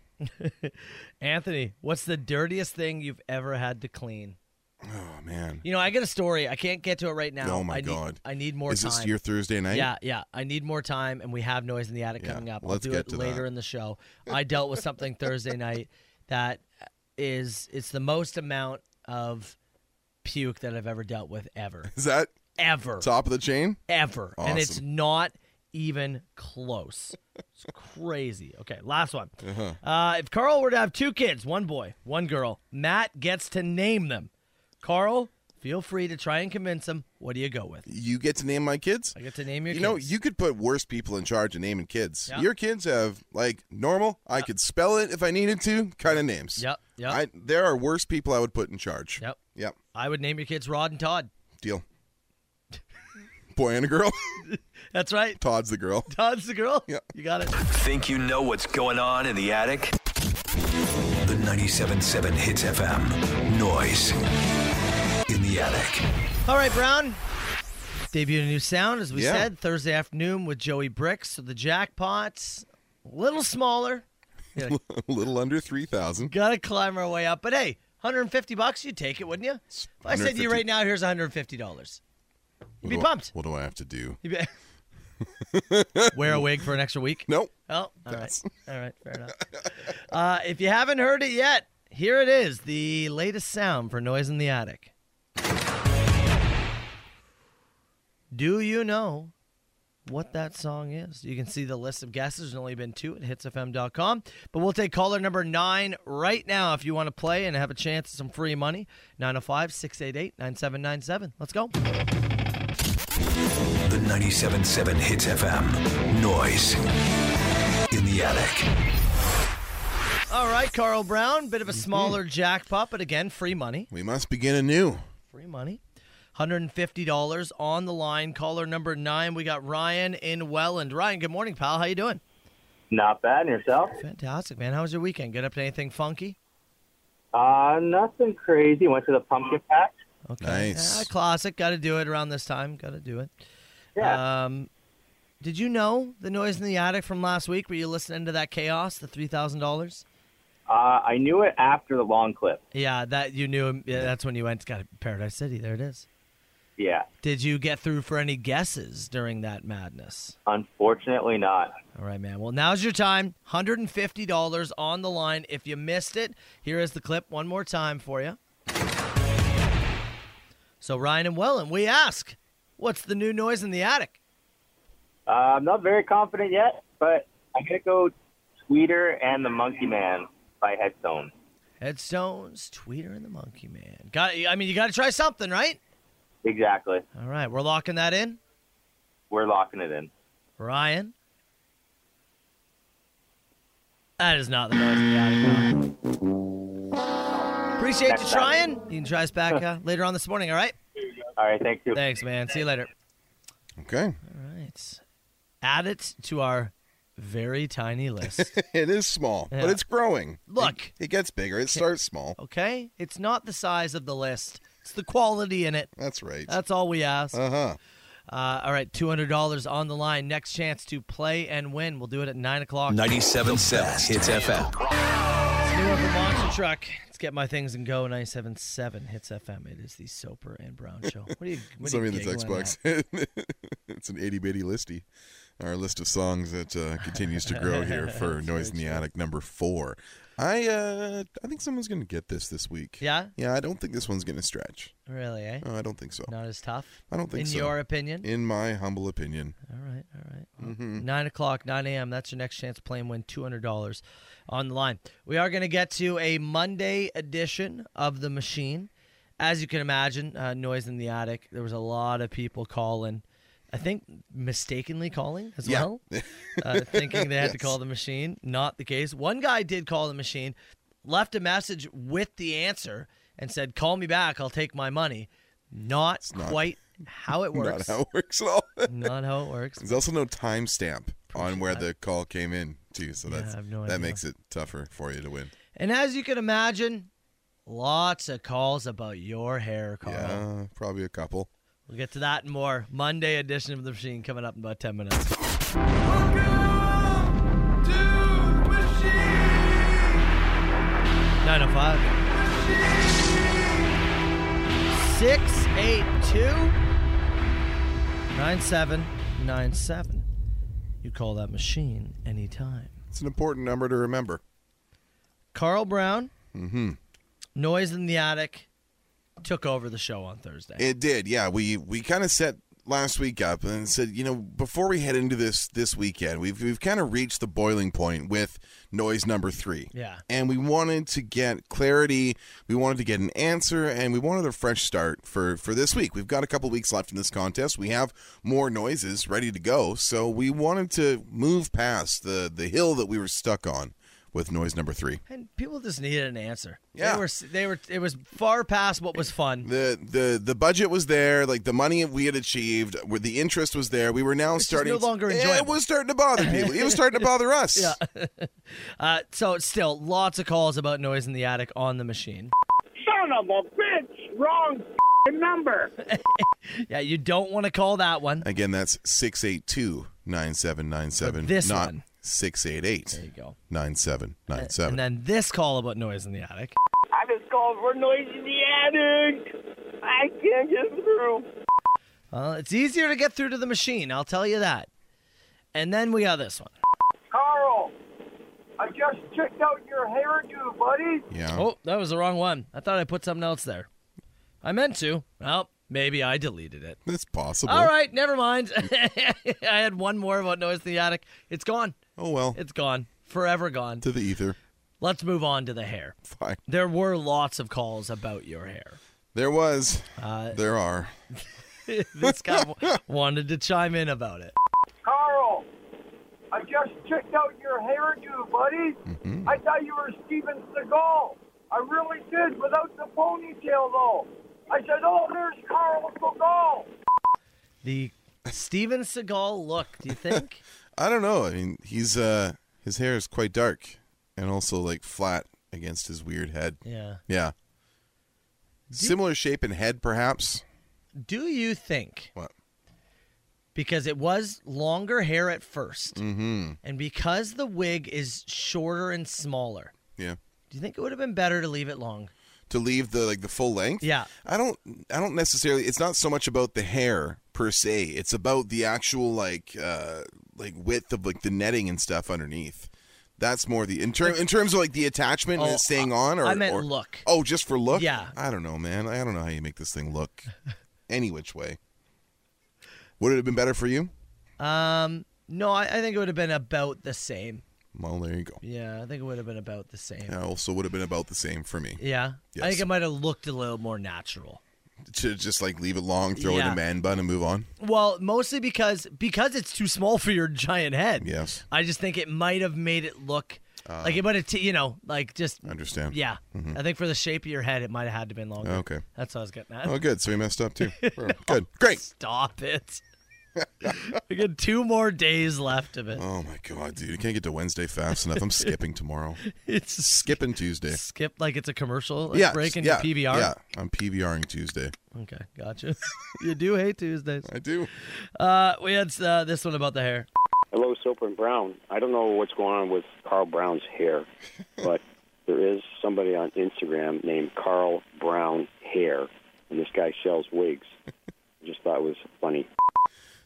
Anthony, what's the dirtiest thing you've ever had to clean?
Oh man,
You know, I got a story. I can't get to it right now.
Oh, my
I need-
God.
I need more
is
time.
this your Thursday night?
yeah, yeah. I need more time, and we have noise in the attic
Yeah,
coming up.
let's
I'll do
get
it
to
later
that.
in the show. I dealt with something Thursday night that is it's the most amount of puke that I've ever dealt with ever,
Is that
ever,
top of the chain?
ever, and it's
Awesome.
not even close. It's crazy. Okay, last one.
Uh-huh.
Uh, if Carl were to have two kids, one boy, one girl, Matt gets to name them. Carl, feel free to try and convince him. What do you go with?
You get to name my kids.
I get to name your
You
kids.
know, you could put worse people in charge of naming kids.
Yeah.
Your kids have like normal. I could spell it if I needed to. Kind of names.
Yep, yep.
I, there are worse people I would put in charge.
Yep.
Yep.
I would name your kids Rod and Todd.
Deal. Boy and a girl.
That's right.
Todd's the girl.
Todd's the girl.
Yeah.
You got it.
Think you know what's going on in the attic? The 97.7 Hits FM. Noise in the attic.
All right, Brown. Debuted a new sound, as we
Yeah.
said, Thursday afternoon with Joey Bricks. So the jackpot's a little smaller.
a little under 3,000.
Got to climb our way up. But hey, 150 bucks, you'd take it, wouldn't you? If I said to you
150.
right now, here's 150 dollars.
You'd
be pumped.
What do I have to do?
Wear a wig for an extra week.
Nope.
Oh, all right. All right, fair enough. Uh, if you haven't heard it yet, here it is the latest sound for Noise in the Attic. Do you know what that song is? You can see the list of guesses. There's only been two at hitsfm.com. But we'll take caller number nine right now if you want to play and have a chance at some free money. 905 688 9797. Let's go.
The 97.7 Hits FM. Noise in the attic.
All right, Carl Brown. Bit of a smaller jackpot, but again, free money.
We must begin anew.
Free money. $150 on the line. Caller number nine. We got Ryan in Welland. Ryan, good morning, pal. How you doing?
Not bad, and yourself?
Fantastic, man. How was your weekend? Get up to anything funky?
Uh, nothing crazy. Went to the pumpkin patch.
Okay.
Nice.
Yeah, classic. Got to do it around this time. Got to do it.
Yeah.
Um, did you know the noise in the attic from last week? Were you listening to that chaos, the $3,000?
Uh, I knew it after the long clip.
Yeah, that you knew. Yeah, that's when you went. Got Paradise City. There it is.
Yeah.
Did you get through for any guesses during that madness?
Unfortunately, not.
All right, man. Well, now's your time. $150 on the line. If you missed it, here is the clip one more time for you. So, Ryan and Wellen, we ask, what's the new noise in the attic?
Uh, I'm not very confident yet, but I'm gonna go Tweeter and the Monkey Man by Headstone.
Headstones, Tweeter, and the Monkey Man. Got. I mean, you got to try something, right?
Exactly.
All right, we're locking that in.
We're locking it in.
Ryan. That is not the noise of the attic. no. Appreciate
Next
you
time.
trying. You can try us back uh, later on this morning. All right.
All right, thank you.
Thanks, man. See you later.
Okay.
All right. Add it to our very tiny list.
it is small,
Yeah.
but it's growing.
Look,
It gets bigger. It starts small.
okay, it's not the size of the list; it's the quality in it.
That's right.
That's all we ask.
Uh huh.
Uh, all right, two hundred dollars on the line. Next chance to play and win. We'll do it at nine o'clock.
97.7 Hits FM.
Let's do it for monster truck. Let's get my things and go. 977 hits FM. It is the Soper and Brown show. What do you? What are
Somebody
you
in the text
giggling at?
box. it's an itty bitty listy. Our list of songs that uh, continues to grow here for Noise in the Attic number four. I uh, I think someone's going to get this this week.
Yeah,
Yeah, I don't think this one's going to stretch.
really? Eh?
No, I don't think so.
Not as tough.
I don't think
in
so.
your opinion.
In my humble opinion.
All right, all right. Well,
Mm-hmm.
Nine o'clock, nine a.m. That's your next chance to play and win two hundred dollars on the line. We are going to get to a Monday edition of the machine. As you can imagine, uh, noise in the attic. There was a lot of people calling. I think mistakenly calling as
Yeah.
well, uh, thinking they had to call the machine. Not the case. One guy did call the machine, left a message with the answer, and said, "Call me back. I'll take my money." Not,
not-
quite how it
Not
works.
how it works at all.
not how it works.
There's also no timestamp on where the call came in, too. So that's,
I have no
that
idea.
makes it tougher for you to win.
And as you can imagine, lots of calls about your hair, Carl.
Yeah, probably a couple.
We'll get to that and more. Monday edition of The Machine coming up in about 10 minutes. Nine oh five. Six eight two nine seven nine seven. You call that machine anytime.
It's an important number to remember.
Carl Brown,
Mm-hmm.
Noise in the Attic, took over the show on Thursday.
It did, yeah. We we kind of set last week up and said, you know, before we head into this this weekend, we've we've kind of reached the boiling point with noise number three.
Yeah.
and we wanted to get clarity. We wanted to get an answer, and we wanted a fresh start for for this week. We've got a couple weeks left in this contest. We have more noises ready to go, so we wanted to move past the the hill that we were stuck on with noise number three.
and people just needed an answer.
Yeah.
They were, they were, it was far past what was fun.
The, the the budget was there, like the money we had achieved, where the interest was there. We were now
It's just
starting.
no longer
Yeah, It
enjoyable.
was starting to bother people. It was starting to bother us. Yeah.
Uh, so, still, lots of calls about Noise in the Attic on the machine.
Son of a bitch! Wrong number.
Yeah, you don't want to call that one.
Again, that's six eight two nine seven nine seven.
But this
not
one.
six eight eight
There you go.
nine seven nine
And
seven.
then this call about Noise in the Attic.
I just called for noise in the attic. I can't get through.
Well, it's easier to get through to the machine, I'll tell you that. And then we got this one.
Carl, I just checked out your hairdo, buddy.
yeah.
Oh, that was the wrong one. I thought I put something else there. I meant to. Well, maybe I deleted it.
It's possible.
All right, never mind. I had one more about noise in the attic. It's gone.
Oh well.
It's gone. Forever gone.
to the ether.
Let's move on to the hair.
Fine.
There were lots of calls about your hair.
There was.
Uh,
there are.
this guy w- wanted to chime in about it.
Carl, I just checked out your hairdo, buddy. I thought you were Steven Seagal. I really did, without the ponytail, though. I said, oh, there's Carl Seagal.
The Steven Seagal look, do you think?
I don't know. I mean, he's uh his hair is quite dark and also like flat against his weird head.
yeah.
Yeah. Similar shape and head, perhaps.
Do you think?
What?
Because it was longer hair at 1st
Mm-hmm.
And because the wig is shorter and smaller,
Yeah.
do you think it would have been better to leave it long?
To leave the like the full length.
Yeah.
I don't. I don't necessarily. It's not so much about the hair per se. It's about the actual like uh like width of like the netting and stuff underneath. That's more the in term in terms of like the attachment and
Oh,
it staying on. Or
I meant
or-
look.
Oh, just for look.
Yeah.
I don't know, man. I don't know how you make this thing look any which way. Would it have been better for you?
Um, no, I, I think it would have been about the same.
Well, there you go.
Yeah, I think it would have been about the same.
That also would have been about the same for me.
Yeah. I
Yes.
think it might have looked a little more natural.
To just like leave it long, throw it in
Yeah.
a man bun, and move on.
Well, mostly because because it's too small for your giant head.
Yes.
I just think it might have made it look
Uh,
like it might have, t- you know, like just
Understand?
yeah.
Mhm.
I think for the shape of your head, it might have had to been longer.
Okay.
that's what I was getting at.
Oh, good. So he messed up too. Good. Great.
Stop it. we got two more days left of it.
Oh my god, dude! You can't get to Wednesday fast enough. I'm skipping tomorrow.
It's
skipping Tuesday.
Skip like it's a commercial like,
yeah,
break in
yeah,
your PBR.
Yeah, I'm PBRing Tuesday.
Okay, gotcha. you do hate Tuesdays.
I do.
Uh, we had uh, this one about the hair.
Hello, Soap and Brown. I don't know what's going on with Carl Brown's hair, but there is somebody on Instagram named Carl Brown Hair, and this guy sells wigs. I just thought it was funny.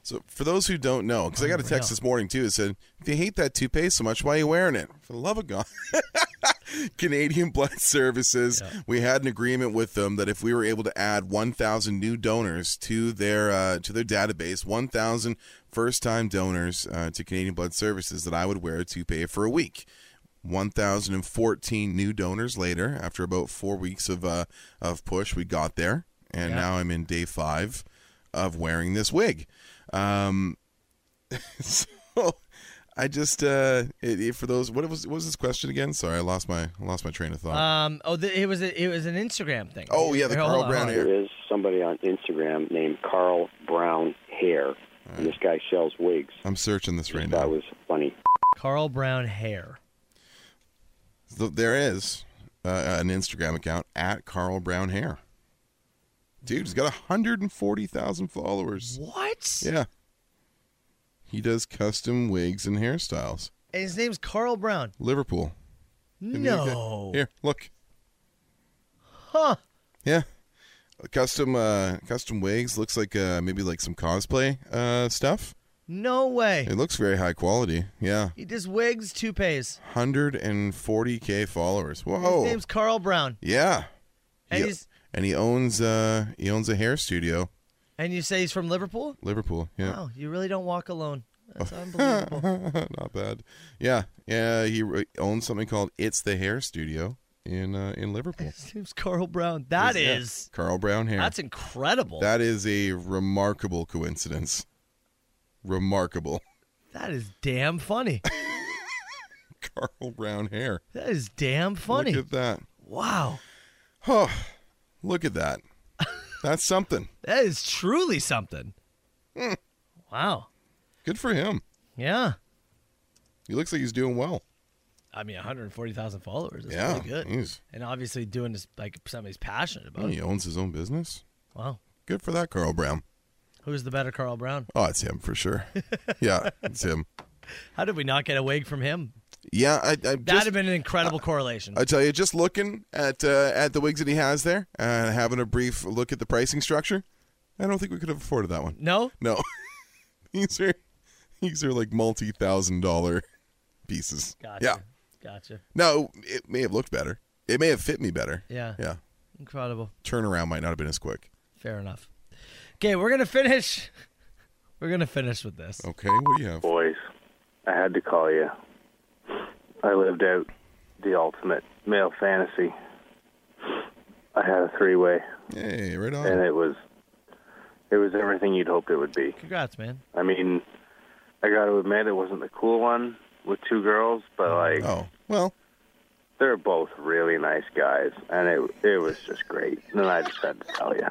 So for those who don't know, because I got a
Unreal.
text this morning too, it said, "If you hate that toupee so much, why are you wearing it?" For the love of God. Canadian Blood Services. We had an agreement with them that if we were able to add 1,000 new donors to their uh, to their database, 1,000 first time donors uh, to Canadian Blood Services, that I would wear a toupee for a week. 1,014 new donors later, after about four weeks of uh, of push, we got there, and
Yeah.
now I'm in day five of wearing this wig. Um, so I just uh, it, it- for those what was what was this question again? Sorry, I lost my I lost my train of thought.
Um, oh, the, it was a, it was an Instagram thing.
Oh,
Here, hold on, hold on.
There is somebody on Instagram named Carl Brown Hair, and this guy sells wigs.
Uh,
I'm searching this right
now. That was funny.
Carl Brown hair.
Th- there is uh, an Instagram account at Carl Brown Hair. Dude, he's got 140,000 followers.
What?
Yeah. He does custom wigs and hairstyles.
And his name's Carl Brown.
Liverpool. Give me a good-
No.
Here, look.
Huh.
Yeah. Custom uh custom wigs looks like uh maybe like some cosplay uh stuff.
No way.
It looks very high quality. Yeah.
He does wigs, toupees.
140k followers. Whoa.
His name's Carl Brown.
Oh. Yeah.
And
he,
he's-
and he owns uh he owns a hair studio,
And you say he's from Liverpool?
Liverpool. Yeah.
Wow, you really don't walk alone. That's unbelievable.
Not bad. Yeah. Yeah, he re- owns something called It's the Hair Studio in uh, in Liverpool.
His name's Carl Brown. That
Yeah.
is.
Carl Brown hair.
That's incredible.
That is a remarkable coincidence. Remarkable.
that is damn funny.
Carl Brown hair.
that is damn funny.
Look at that.
Wow.
Oh, look at that. That's something.
That is truly something.
Hmm.
wow.
Good for him.
Yeah.
He looks like he's doing well.
I mean, 140,000 followers. That's
Yeah,
really good.
he's-
And obviously doing this like something he's passionate
Oh,
about.
he owns his own business.
Wow.
Good for that, Carl Brown.
Who's the better Carl Brown?
Oh, it's him for sure. Yeah, it's him.
How did we not get a wig from him?
Yeah, I, I
That'd
just,
have been an incredible correlation.
I tell you, just looking at uh, at the wigs that he has there and having a brief look at the pricing structure, I don't think we could have afforded that one.
No?
No. these are these are like multi thousand dollar pieces.
Gotcha.
Yeah.
Gotcha.
No, it may have looked better. It may have fit me better.
Yeah.
Yeah.
Incredible.
Turnaround might not have been as quick.
Fair enough. Okay, we're gonna finish. We're gonna finish with this.
Okay, what do you have?
Boys, I had to call you. I lived out the ultimate male fantasy. I had a three way.
Hey, right on.
And it was it was everything you'd hoped it would be.
Congrats, man.
I mean, I gotta admit it wasn't the cool one with two girls, but like
Oh. Well
they're both really nice guys and it it was just great. And I just had to tell you.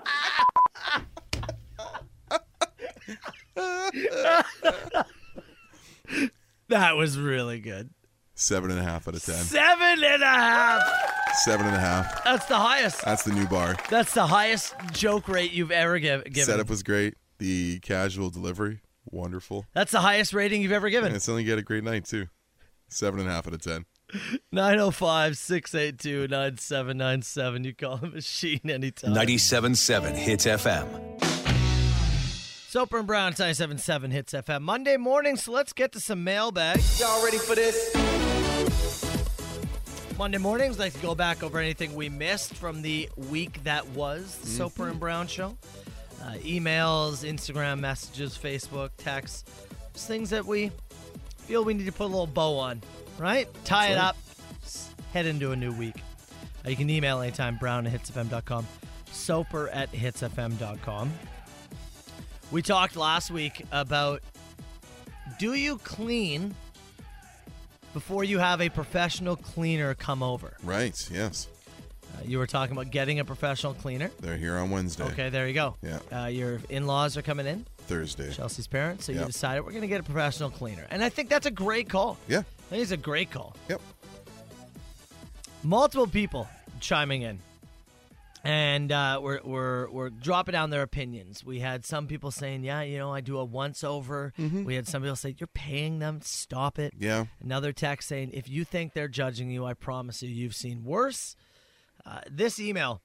That was really good.
Seven and a half out of ten.
Seven and a half.
Seven and a half.
That's the highest.
That's the new bar.
That's the highest joke rate you've ever give, given.
Setup was great. The casual delivery, wonderful.
That's the highest rating you've ever given.
And it's only get a great night too. Seven and a half out of ten.
905 682 9797. You call the machine anytime.
97.7 Hits FM.
Soper and Brown, 977 Hits FM. Monday morning, so let's get to some mailbag. Y'all ready for this? Monday mornings, like to go back over anything we missed from the week that was the Soper and Brown show. Uh, emails, Instagram messages, Facebook, texts, just things that we feel we need to put a little bow on, right? Tie it
That's right.
up, s- head into a new week. Uh, you can email anytime, brown at hitsfm.com. Soper at hitsfm.com. We talked last week about do you clean before you have a professional cleaner come over?
Right. Yes.
Uh, you were talking about getting a professional cleaner.
They're here on Wednesday.
Okay, there you go.
Yeah.
Uh, your in laws are coming in,
Thursday.
Chelsea's parents. So you
Yeah.
decided we're going to get a professional cleaner. And I think that's a great call.
Yeah.
I think it's a great call.
Yep.
Multiple people chiming in. And uh, we're, we're, we're dropping down their opinions. We had some people saying, yeah, you know, I do a once over. We had some people say, you're paying them, stop it.
Yeah.
Another text saying, if you think they're judging you, I promise you, you've seen worse. Uh, this email,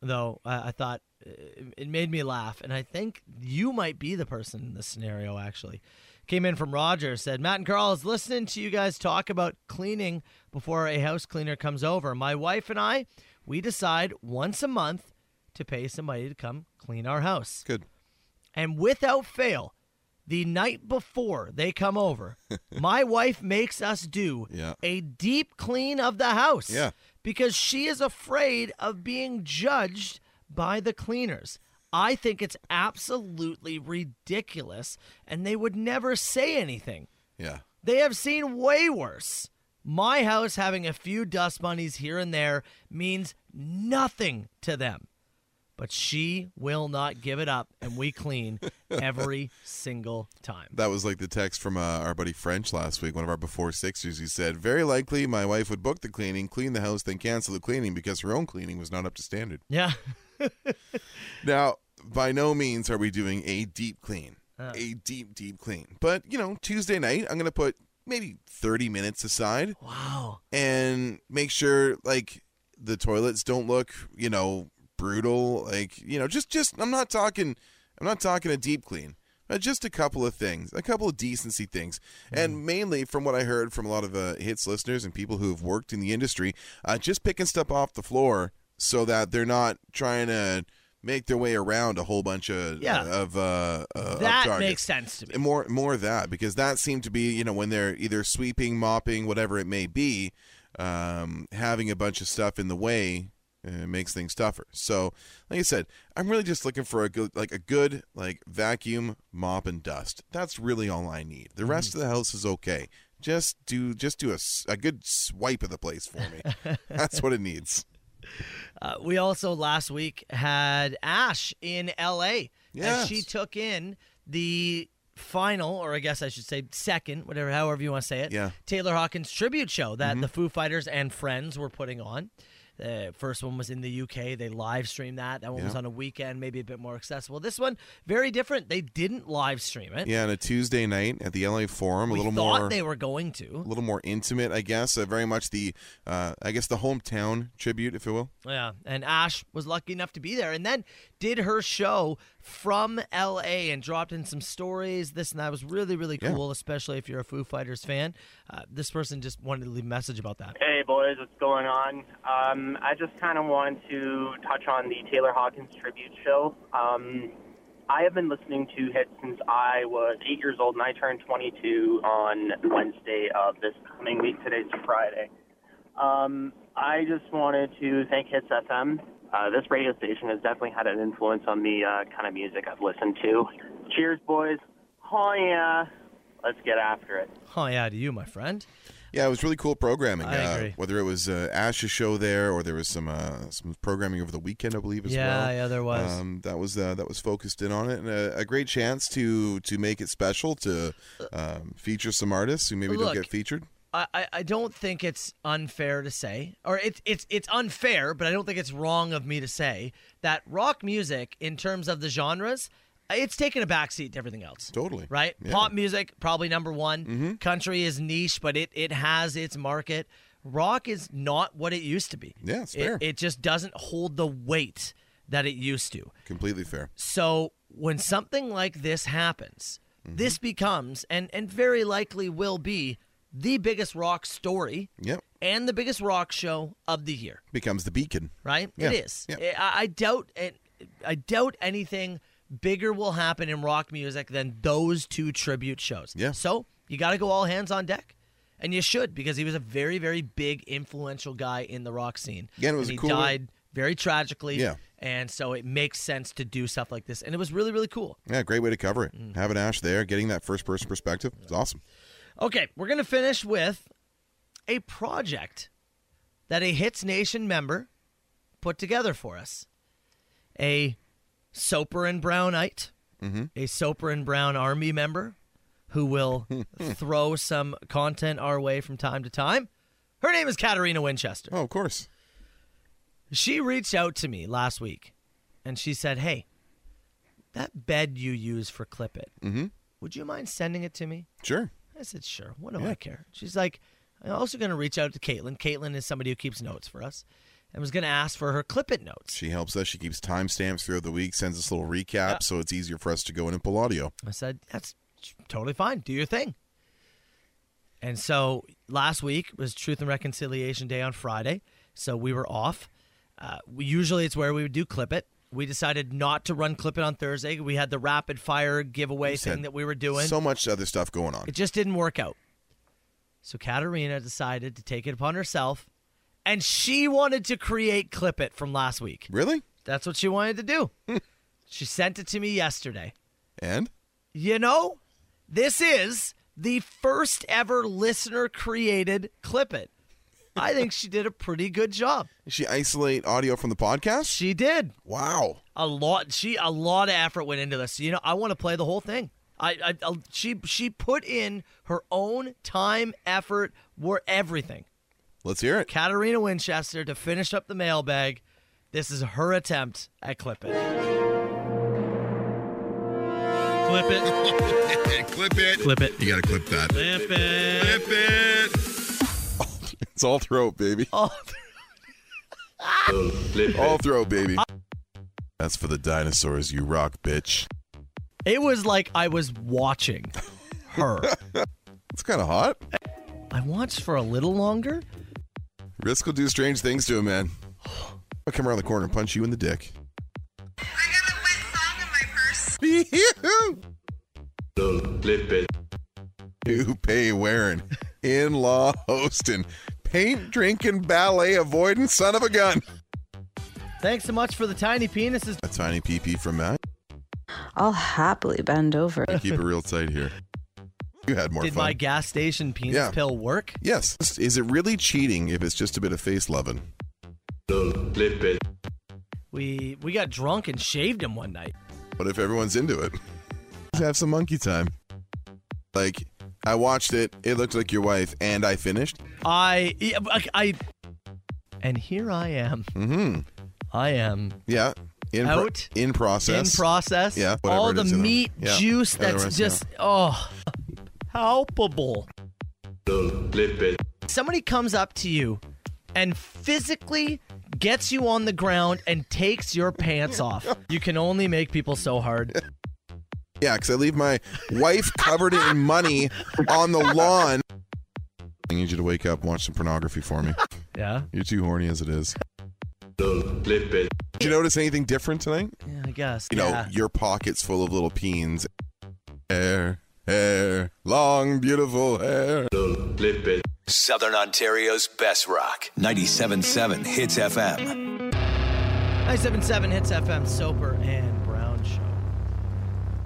though, I, I thought uh, it made me laugh. And I think you might be the person in this scenario, actually. Came in from Roger, said, Matt and Carl is listening to you guys talk about cleaning before a house cleaner comes over. My wife and I, we decide once a month to pay somebody to come clean our house.
Good.
And without fail, the night before they come over, my wife makes us do
Yeah.
a deep clean of the house.
Yeah.
Because she is afraid of being judged by the cleaners. I think it's absolutely ridiculous, and they would never say anything.
Yeah.
They have seen way worse. My house having a few dust bunnies here and there means nothing to them. But she will not give it up, and we clean every single time.
That was like the text from uh, our buddy French last week, one of our before sixers, who said, Very likely my wife would book the cleaning, clean the house, then cancel the cleaning because her own cleaning was not up to standard.
Yeah.
Now, by no means are we doing a deep clean, a deep, deep clean. But, you know, Tuesday night, I'm going to put maybe 30 minutes aside
Wow.
and make sure, like, the toilets don't look, you know, brutal. Like, you know, just, just, I'm not talking, I'm not talking a deep clean. Uh, just a couple of things, a couple of decency things.
Mm.
And mainly from what I heard from a lot of uh, hits listeners and people who have worked in the industry, uh, just picking stuff off the floor so that they're not trying to make their way around a whole bunch of
Yeah.
of uh, uh, of
That
targets.
makes sense to me.
And more more of that because that seemed to be you know when they're either sweeping mopping whatever it may be um, having a bunch of stuff in the way uh, makes things tougher so like i said i'm really just looking for a good like a good like vacuum mop and dust that's really all i need the
Mm-hmm.
rest of the house is okay just do just do a, s- a good swipe of the place for me that's what it needs
Uh, we also last week had Ash in LA.
Yes.
And she took in the final, or I guess I should say second, whatever, however you want to say it.
Yeah. Mm-hmm.
Taylor Hawkins tribute show that the Foo Fighters and Friends were putting on. The first one was in the UK. They live streamed that. That one was
Yeah.
on a weekend, maybe a bit more accessible. This one, very different. They didn't live stream it.
yeah on a tuesday night at the la forum a
we
little
thought
more
they were going to.
a little more intimate, I guess. Uh, very much the, uh, I guess the hometown tribute, if you will.
Yeah, and Ash was lucky enough to be there, and then did her show from L.A. and dropped in some stories. This and that was really, really
Yeah.
cool, especially if you're a Foo Fighters fan. Uh, this person just wanted to leave a message about that.
Hey, boys, what's going on? Um, I just kind of wanted to touch on the Taylor Hawkins tribute show. Um, I have been listening to hits since I was eight years old, and I turned 22 on Wednesday of this coming week. Today's Friday. Um, I just wanted to thank Hits FM. Uh, this radio station has definitely had an influence on the uh, kind of music I've listened to. Cheers, boys. Oh, yeah. Let's get after it.
Oh yeah, to you, my friend.
Yeah, it was really cool programming.
I
uh,
agree.
Whether it was uh, Ash's show there, or there was some uh, some programming over the weekend, I believe as
Yeah,
well.
yeah, there was.
Um, that was uh, that was focused in on it, and uh, a, a great chance to to make it special to um, feature some artists who maybe
Look.
don't get featured.
I, I- I don't think it's unfair to say, or it's it's it's unfair, but I don't think it's wrong of me to say that rock music, in terms of the genres, it's taken a backseat to everything else.
Totally.
right?
Yeah. Mm-hmm.
Pop music probably number one. Country is niche, but it it has its market. Rock is not what it used to be.
Yeah, it's
It-
fair.
It, just doesn't hold the weight that it used to.
Completely fair.
So when something like this happens,
Mm-hmm.
this becomes and and very likely will be the biggest rock story
Yep.
and the biggest rock show of the year
Becomes the beacon.
right?
Yeah,
It is. I, I doubt it. I doubt anything bigger will happen in rock music than those two tribute shows.
Yeah.
So you got to go all hands on deck, and you should because he was a very, very big, influential guy in the rock scene.
Yeah, and it was
he
cool-
died very tragically.
Yeah.
And so it makes sense to do stuff like this. And it was really, really cool.
Yeah, great way to cover it.
Mm.
Having Ash there, getting that first person perspective, it's awesome.
Okay, we're going to finish with a project that a Hits Nation member put together for us. A Soper and Brownite, a Soper and Brown Army member who will throw some content our way from time to time. Her name is Katarina Winchester.
Oh, of course.
She reached out to me last week and she said, Hey, that bed you use for Clip It,
Mm-hmm.
would you mind sending it to me?
Sure.
I said, sure. What do
Yeah.
I care? She's like, I'm also going to reach out to Caitlin. Caitlin is somebody who keeps notes for us and was going to ask for her clip it notes.
She helps us. She keeps timestamps throughout the week, sends us little recaps, so it's easier for us to go in and pull audio.
I said, that's totally fine. Do your thing. And so last week was Truth and Reconciliation Day on Friday. So we were off. Uh, we, usually it's where we would do clip it. We decided not to run clip it on Thursday. We had the rapid fire giveaway
Just had
thing that we were doing.
So much other stuff going on.
It just didn't work out. So Katarina decided to take it upon herself, and she wanted to create Clip It from last week.
Really?
That's what she wanted to do. she sent it to me yesterday.
And?
You know, this is the first ever listener created Clip It. I think she did a pretty good job.
Did she isolate audio from the podcast?
She did.
Wow.
A lot. She a lot of effort went into this. You know, I want to play the whole thing. I, I, I she she put in her own time, effort, were everything.
Let's hear it.
Katarina Winchester to finish up the mailbag. This is her attempt at clip it. Clip
it. clip it.
Clip it.
You got to clip that.
Clip it.
Clip it. It's all throat, baby.
All,
throat, baby. That's for the dinosaurs. You rock, bitch.
It was like I was watching her.
it's kind of hot.
I watched for a little longer.
Risk will do strange things to him, man. I'll come around the corner and punch you in the dick. Clip it. New pay wearing, in law hosting, paint drinking, ballet avoiding son of a gun.
Thanks so much for the tiny penises.
A tiny pee pee from Matt.
I'll happily bend over.
I keep it real tight here. You had more
Did
fun.
my gas station penis
Yeah.
pill work?
yes. Is it really cheating if it's just a bit of face loving? Clip it.
We we got drunk and shaved him one night.
What if everyone's into it? Let's have some monkey time. Like, I watched it. It looked like your wife, and I finished.
I I, I and here I am.
Mm-hmm.
I am.
Yeah. In pro-
Out.
in process.
In process.
Yeah. whatever
All
it
the
is in them.
meat
Yeah,
juice that's
otherwise, yeah.
just oh palpable. Somebody comes up to you and physically gets you on the ground and takes your pants off. You can only make people so hard.
Yeah, because I leave my wife covered in money on the lawn. I need you to wake up, watch some pornography for me.
Yeah?
You're too horny as it is. Did you notice anything different tonight?
Yeah, I guess.
You know,
yeah.
your pockets full of little peens. Hair, hair, long, beautiful hair.
Southern Ontario's best rock. 97.7 Hits FM.
977 hits FM Soper and Brown show.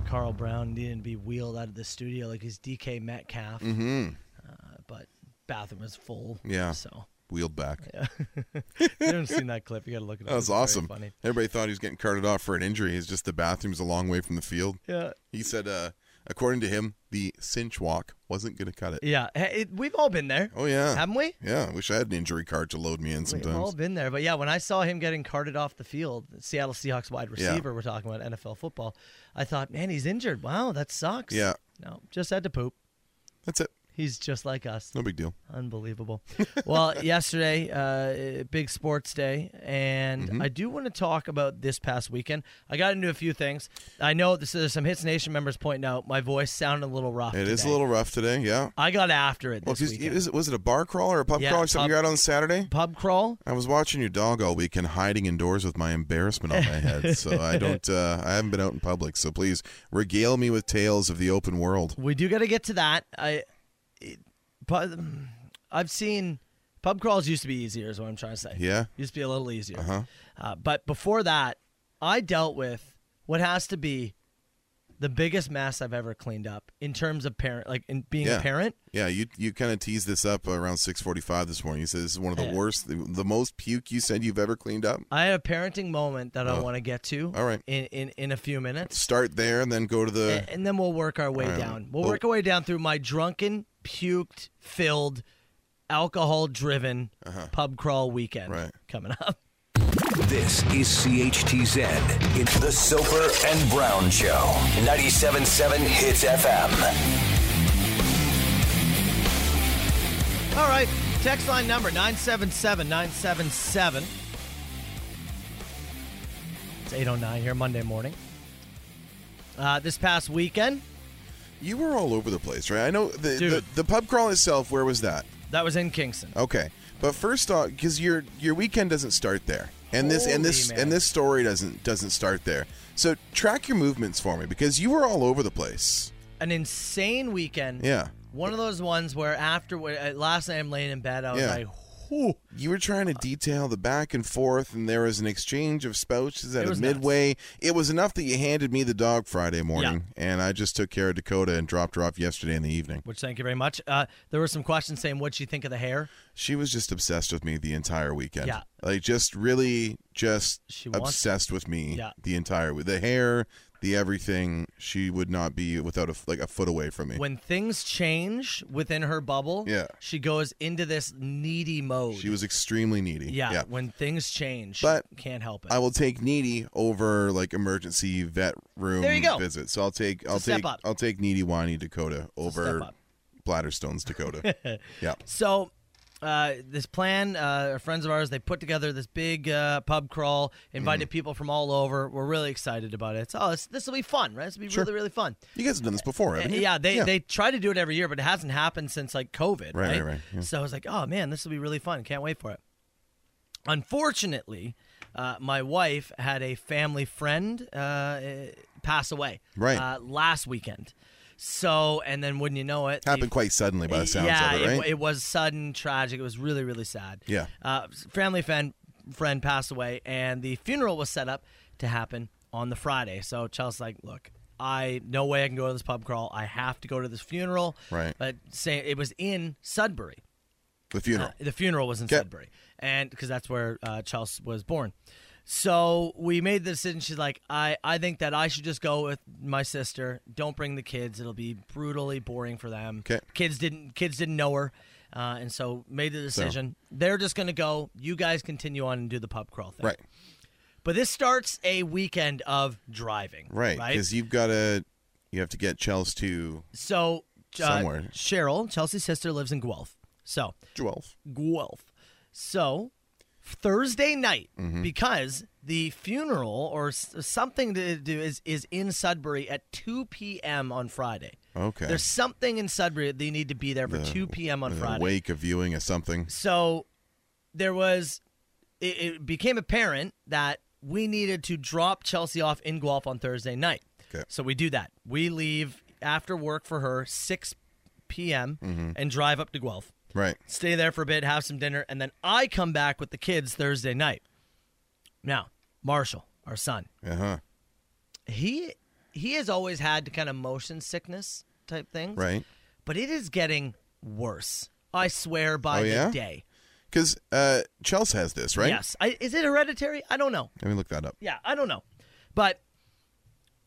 Carl Brown needed to be wheeled out of the studio like his DK Metcalf,
Mm-hmm.
uh, but bathroom was full.
Yeah.
So
Wheeled back.
you haven't seen that clip. You got to look it up.
That was
It's very
awesome.
Funny.
Everybody thought he was getting carted off for an injury. It's just the bathroom's a long way from the field.
Yeah.
He said, uh, according to him, the cinch walk wasn't going to cut it.
Yeah, Hey, it, we've all been there.
Oh yeah,
haven't we?
Yeah, I wish I had an injury card to load me in
We've
sometimes.
all been there. But yeah, when I saw him getting carted off the field, the Seattle Seahawks wide
Yeah.
receiver, we're talking about NFL football. I thought, man, he's injured. Wow, that sucks.
Yeah.
No, just had to poop.
That's it.
He's just like us.
No big deal.
Unbelievable. well, yesterday, uh, uh, big sports day, and
Mm-hmm.
I do want to talk about this past weekend. I got into a few things. I know this, there's some Hits Nation members pointing out my voice sounded a little rough.
It is a
today.
little rough today. Yeah.
I got after it
Well,
this
'cause it
weekend.
is- was it a bar crawl or a pub
Yeah,
crawl or something you
pub-
got on Saturday?
Pub crawl.
I was watching your dog all weekend, hiding indoors with my embarrassment on my head. So I don't. Uh, I haven't been out in public. So please regale me with tales of the open world.
We do got to get to that. I, it, pu- I've seen pub crawls used to be easier. Is what I'm trying to say.
Yeah.
used to be a little easier.
Uh-huh.
Uh, but before that, I dealt with what has to be the biggest mess I've ever cleaned up in terms of parent, like in being
yeah.
a parent.
Yeah, you you kind of teased this up around 6:45 this morning. You said this is one of the
Yeah.
worst, the, the most puke you said you've ever cleaned up.
I had a parenting moment that I
Oh.
want to get to.
All right.
in in, in a few minutes.
Start there and then go to
A-
the.
and, then we'll work our way
All right. Oh.
down. We'll
Well-
work our way down through my drunken, puked, filled, alcohol-driven
Uh-huh.
pub crawl weekend coming up.
This is CHTZ. It's the Soper and Brown Show. 97.7 Hits FM.
All right. Text line number 977 977. It's 809 here, Monday morning. Uh, this past weekend,
You were all over the place, right? I know the, the the pub crawl itself. Where was that?
that was in Kingston.
Okay, but first off, because your your weekend doesn't start there, and this and this
Holy man.
and this story doesn't doesn't start there. So track your movements for me because you were all over the place.
An insane weekend.
Yeah.
One of those ones where after uh, last night I'm laying in bed, I was
yeah.
like,
You were trying to detail the back and forth, and there was an exchange of spouches at
It
a
was
midway. It was enough that you handed me the dog Friday morning, and I just took care of Dakota and dropped her off yesterday in the evening.
which thank you very much. Uh, there were some questions saying, what'd you think of the hair?
She was just obsessed with me the entire weekend.
Yeah.
Like just really just
wants-
obsessed with me
Yeah.
the entire with the hair, the everything. She would not be without a like a foot away from me.
When things change within her bubble,
Yeah.
she goes into this needy mode.
she was extremely needy.
yeah, when things change,
But
can't help it.
I will take needy over like emergency vet room
There you go.
visit. So I'll take
a
I'll
step
take
up.
I'll take needy whiny Dakota over
up.
Bladderstone's Dakota. yeah.
So, uh, this plan, uh, friends of ours, they put together this big uh, pub crawl,
Mm-hmm.
invited people from all over. We're really excited about it. So, oh, this, this will be fun, right? This will be really, really fun.
You guys have done this before, haven't you?
Eh, Yeah, they, they try to do it every year, but it hasn't happened since like COVID.
Right,
Right,
right, right, yeah.
So I was like, oh man, this will be really fun. Can't wait for it. Unfortunately, uh, my wife had a family friend uh, eh, pass away
Right.
uh, last weekend. So, and then wouldn't you know it, the-
happened quite suddenly by the sounds
yeah,
of it, right?
it was sudden, tragic. It was really, really sad.
Yeah.
Uh, family fan, friend passed away, and the funeral was set up to happen on the Friday. So Chelsea's like, look, I no way I can go to this pub crawl. I have to go to this funeral.
Right.
But say it was in Sudbury.
the funeral.
Uh, the funeral was in Sudbury, and because that's where uh, Chelsea was born. So we made the decision. She's like, I, I think that I should just go with my sister. Don't bring the kids. It'll be brutally boring for them.
'Kay.
Kids didn't kids didn't know her, uh, and so made the
So-
decision. They're just gonna go. You guys continue on and do the pub crawl thing.
Right.
But this starts a weekend of driving.
Right,
Right.
because you've got to, you have to get Chels to.
So uh,
Somewhere.
Cheryl, Chelsea's sister, lives in Guelph. So
Guelph,
Guelph. So Thursday night,
Mhm.
because the funeral or s- something to do is is in Sudbury at two p.m. on Friday.
Okay.
There's something in Sudbury that they need to be there for
the-
two p.m. on
the
Friday.
Wake of viewing or something.
So there was, it, it became apparent that we needed to drop Chelsea off in Guelph on Thursday night.
Okay.
So we do that. We leave after work for her, 6 p.m.,
Mhm.
and drive up to Guelph.
Right.
Stay there for a bit, have some dinner, and then I come back with the kids Thursday night. Now, Marshall, our son,
Uh huh.
he he has always had kind of motion sickness type things.
Right.
But it is getting worse. I swear by
Oh, yeah?
the day.
Because uh, Chels has this, right?
Yes. I, is it hereditary? I don't know.
Let me look that up.
Yeah, I don't know. But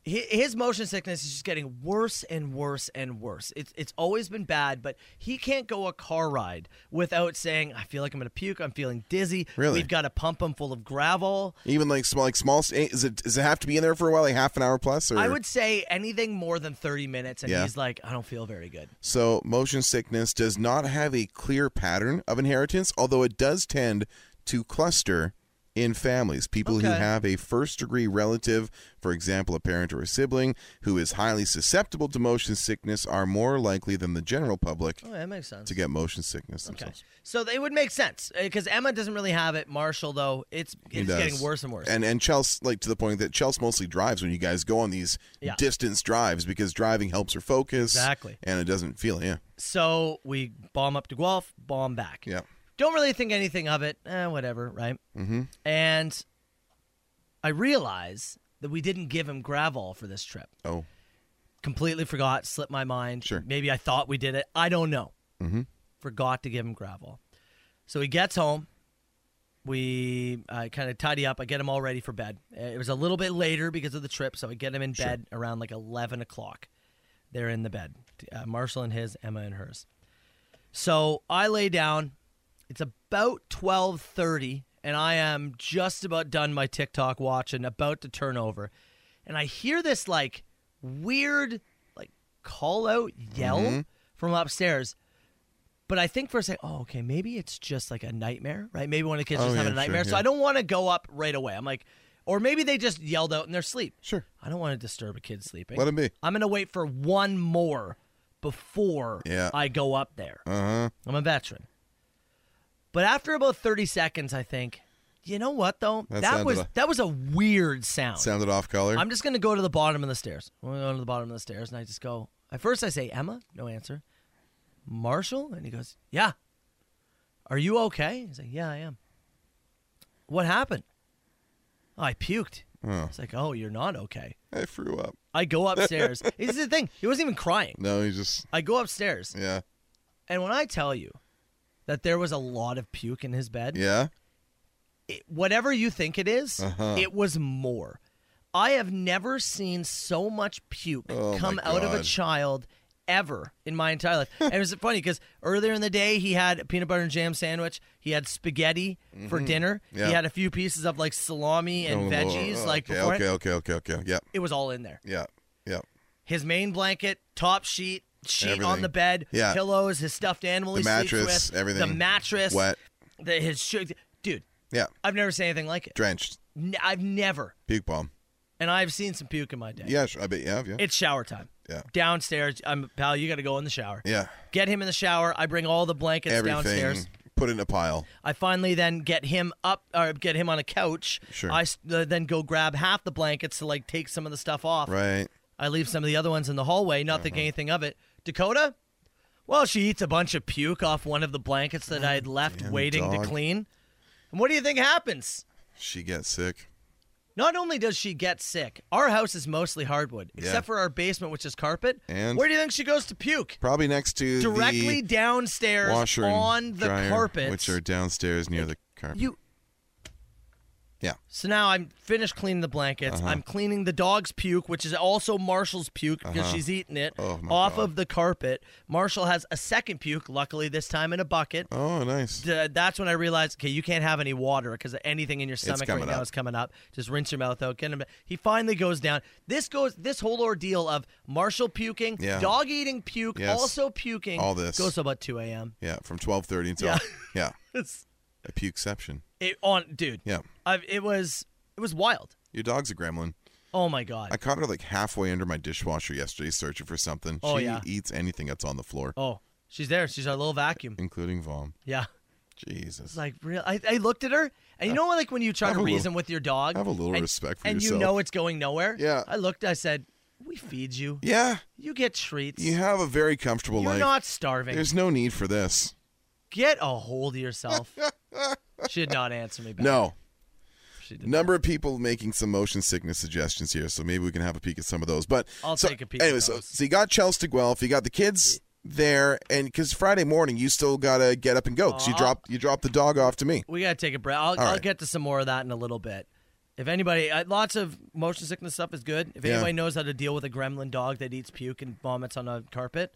hi- his motion sickness is just getting worse and worse and worse. It's it's always been bad, but he can't go a car ride without saying, "I feel like I'm going to puke. I'm feeling dizzy."
Really?
We've got to pump him full of gravel.
Even like small, like small. st- Is it? Does it have to be in there for a while, like half an hour plus? Or
I would say anything more than 30 minutes and
Yeah.
he's like, "I don't feel very good."
So motion sickness does not have a clear pattern of inheritance, although it does tend to cluster in families. People who
Okay.
have a first degree relative, for example, a parent or a sibling, who is highly susceptible to motion sickness are more likely than the general public
Oh, that makes sense.
to get motion sickness themselves.
So it would make sense because Emma doesn't really have it. Marshall, though, it's
He
it's
does.
getting worse and worse.
And and Chels like to the point that Chels mostly drives when you guys go on these
Yeah.
distance drives because driving helps her focus.
Exactly.
And it doesn't feel yeah.
so we bomb up to Guelph, bomb back.
Yeah.
Don't really think anything of it. Eh, whatever, right?
Mm-hmm.
And I realize that we didn't give him Gravol for this trip.
Oh.
Completely forgot, slipped my mind. Sure. Maybe I thought we did it. I don't know.
Mm-hmm.
Forgot to give him Gravol. So he gets home. We I kind of tidy up. I get him all ready for bed. Uh, It was a little bit later because of the trip, so I get him in
Sure.
bed around like 11 o'clock. They're in the bed. Uh, Marshall and his, Emma and hers. So I lay down. It's about 12:30 and I am just about done my TikTok watching, about to turn over. And I hear this like weird like call out yell
Mhm.
from upstairs. But I think for a second, oh, okay, maybe it's just like a nightmare, right? Maybe one of the kids
Oh,
just having
yeah,
a nightmare.
sure,
So
yeah.
I don't want to go up right away. I'm like, or maybe they just yelled out in their sleep.
Sure.
I don't want to disturb a kid sleeping.
Let 'em be.
I'm going to wait for one more before
Yeah.
I go up there.
Uh huh.
I'm a veteran. But after about 30 seconds, I think, you know what though?
That
that
sounded
was
a-
that was a weird sound.
Sounded off color.
I'm just gonna go to the bottom of the stairs. I'm gonna go to the bottom of the stairs, and I just go. At first, I say Emma, no answer. Marshall, and he goes, "Yeah, are you okay?" He's like, "Yeah, I am." What happened? "Oh, I puked.
Oh.
It's like, "Oh, you're not okay."
I threw up.
I go upstairs. this is the thing. He wasn't even crying.
No, he just.
I go upstairs,
Yeah.
and when I tell you that there was a lot of puke in his bed,
Yeah.
it- whatever you think it is,
Uh-huh.
it was more. I have never seen so much puke
Oh,
my
come out of a
God.
child ever in my entire life. and it was funny because earlier in the day he had a peanut butter and jam sandwich, he had spaghetti for
Mhm.
dinner,
Yeah.
he had a few pieces of like salami and
Oh, Lord.
veggies,
Oh,
like
okay,
before
okay, okay, okay, okay. Yep.
it was all in there.
Yeah. Yeah.
His main blanket, top sheet, sheet on
Everything.
the bed,
Yeah.
pillows, his stuffed animal,
The
he sleeps
mattress,
with, the
everything.
mattress,
Wet.
the, his sh- dude.
Yeah.
I've never seen anything like it.
Drenched.
N- I've never,
Puke bomb.
and I've seen some puke in my day.
Yeah. sure, I bet you have. Yeah.
It's shower time.
Yeah.
Downstairs, I'm pal. You got to go in the shower.
yeah.
Get him in the shower. I bring all the blankets
Everything.
downstairs.
Put in a pile.
I finally then get him up or get him on a couch.
Sure.
I s- uh, then go grab half the blankets to like take some of the stuff off.
Right.
I leave some of the other ones in the hallway, not
Mm-hmm.
thinking anything of it. Dakota, well, she eats a bunch of puke off one of the blankets that I had left
Mm, Damn
waiting
dog.
to clean. And what do you think happens?
She gets sick.
Not only does she get sick, our house is mostly hardwood,
Yeah.
except for our basement, which is carpet.
And-
where do you think she goes to puke?
Probably next to
Directly
the
downstairs
washer and
on the
dryer,
carpet.
which are downstairs near the carpet.
You.
Yeah.
So now I'm finished cleaning the blankets.
Uh-huh.
I'm cleaning the dog's puke, which is also Marshall's puke because
Uh-huh.
she's eating it
Oh, my
off
God.
of the carpet. Marshall has a second puke, luckily this time in a bucket.
Oh, nice.
Th- that's when I realized, okay, you can't have any water because anything in your stomach right
coming
now
up.
is coming up. Just rinse your mouth out. Get him. He finally goes down. This goes. This whole ordeal of Marshall puking,
Yeah.
dog eating puke,
Yes.
also puking.
All this.
goes till about two a.m.
Yeah. From twelve thirty until
Yeah.
yeah.
It's-
A pukeception.
It on, dude.
Yeah.
i it was it was wild.
Your dog's a gremlin.
Oh my god.
I caught her like halfway under my dishwasher yesterday searching for something.
Oh,
she
yeah.
eats anything that's on the floor,
oh, she's there. She's our little vacuum.
including vom.
Yeah.
Jesus.
It's like real. I, I looked at her, and you know, like when you try
Have
to
a little-
reason with your dog,
have a little
and,
respect for
and
yourself.
you know it's going nowhere.
Yeah.
I looked. I said, "We feed you.
Yeah.
You get treats.
You have a very comfortable
You're
life.
not starving.
There's no need for this.
Get a hold of yourself." she did not answer me back.
No.
She did
Number of people making some motion sickness suggestions here, so maybe we can have a peek at some of those. But
I'll
so,
take a peek at
Anyway, so,
those.
so you got Chelsea to Guelph, you got the kids there, and because Friday morning you still gotta get up and go. 'cause you
Aw.
drop you drop the dog off to me.
We gotta take a break. I'll,
All
I'll
right.
get to some more of that in a little bit. If anybody, uh, lots of motion sickness stuff is good. If
Yeah.
anybody knows how to deal with a gremlin dog that eats puke and vomits on a carpet,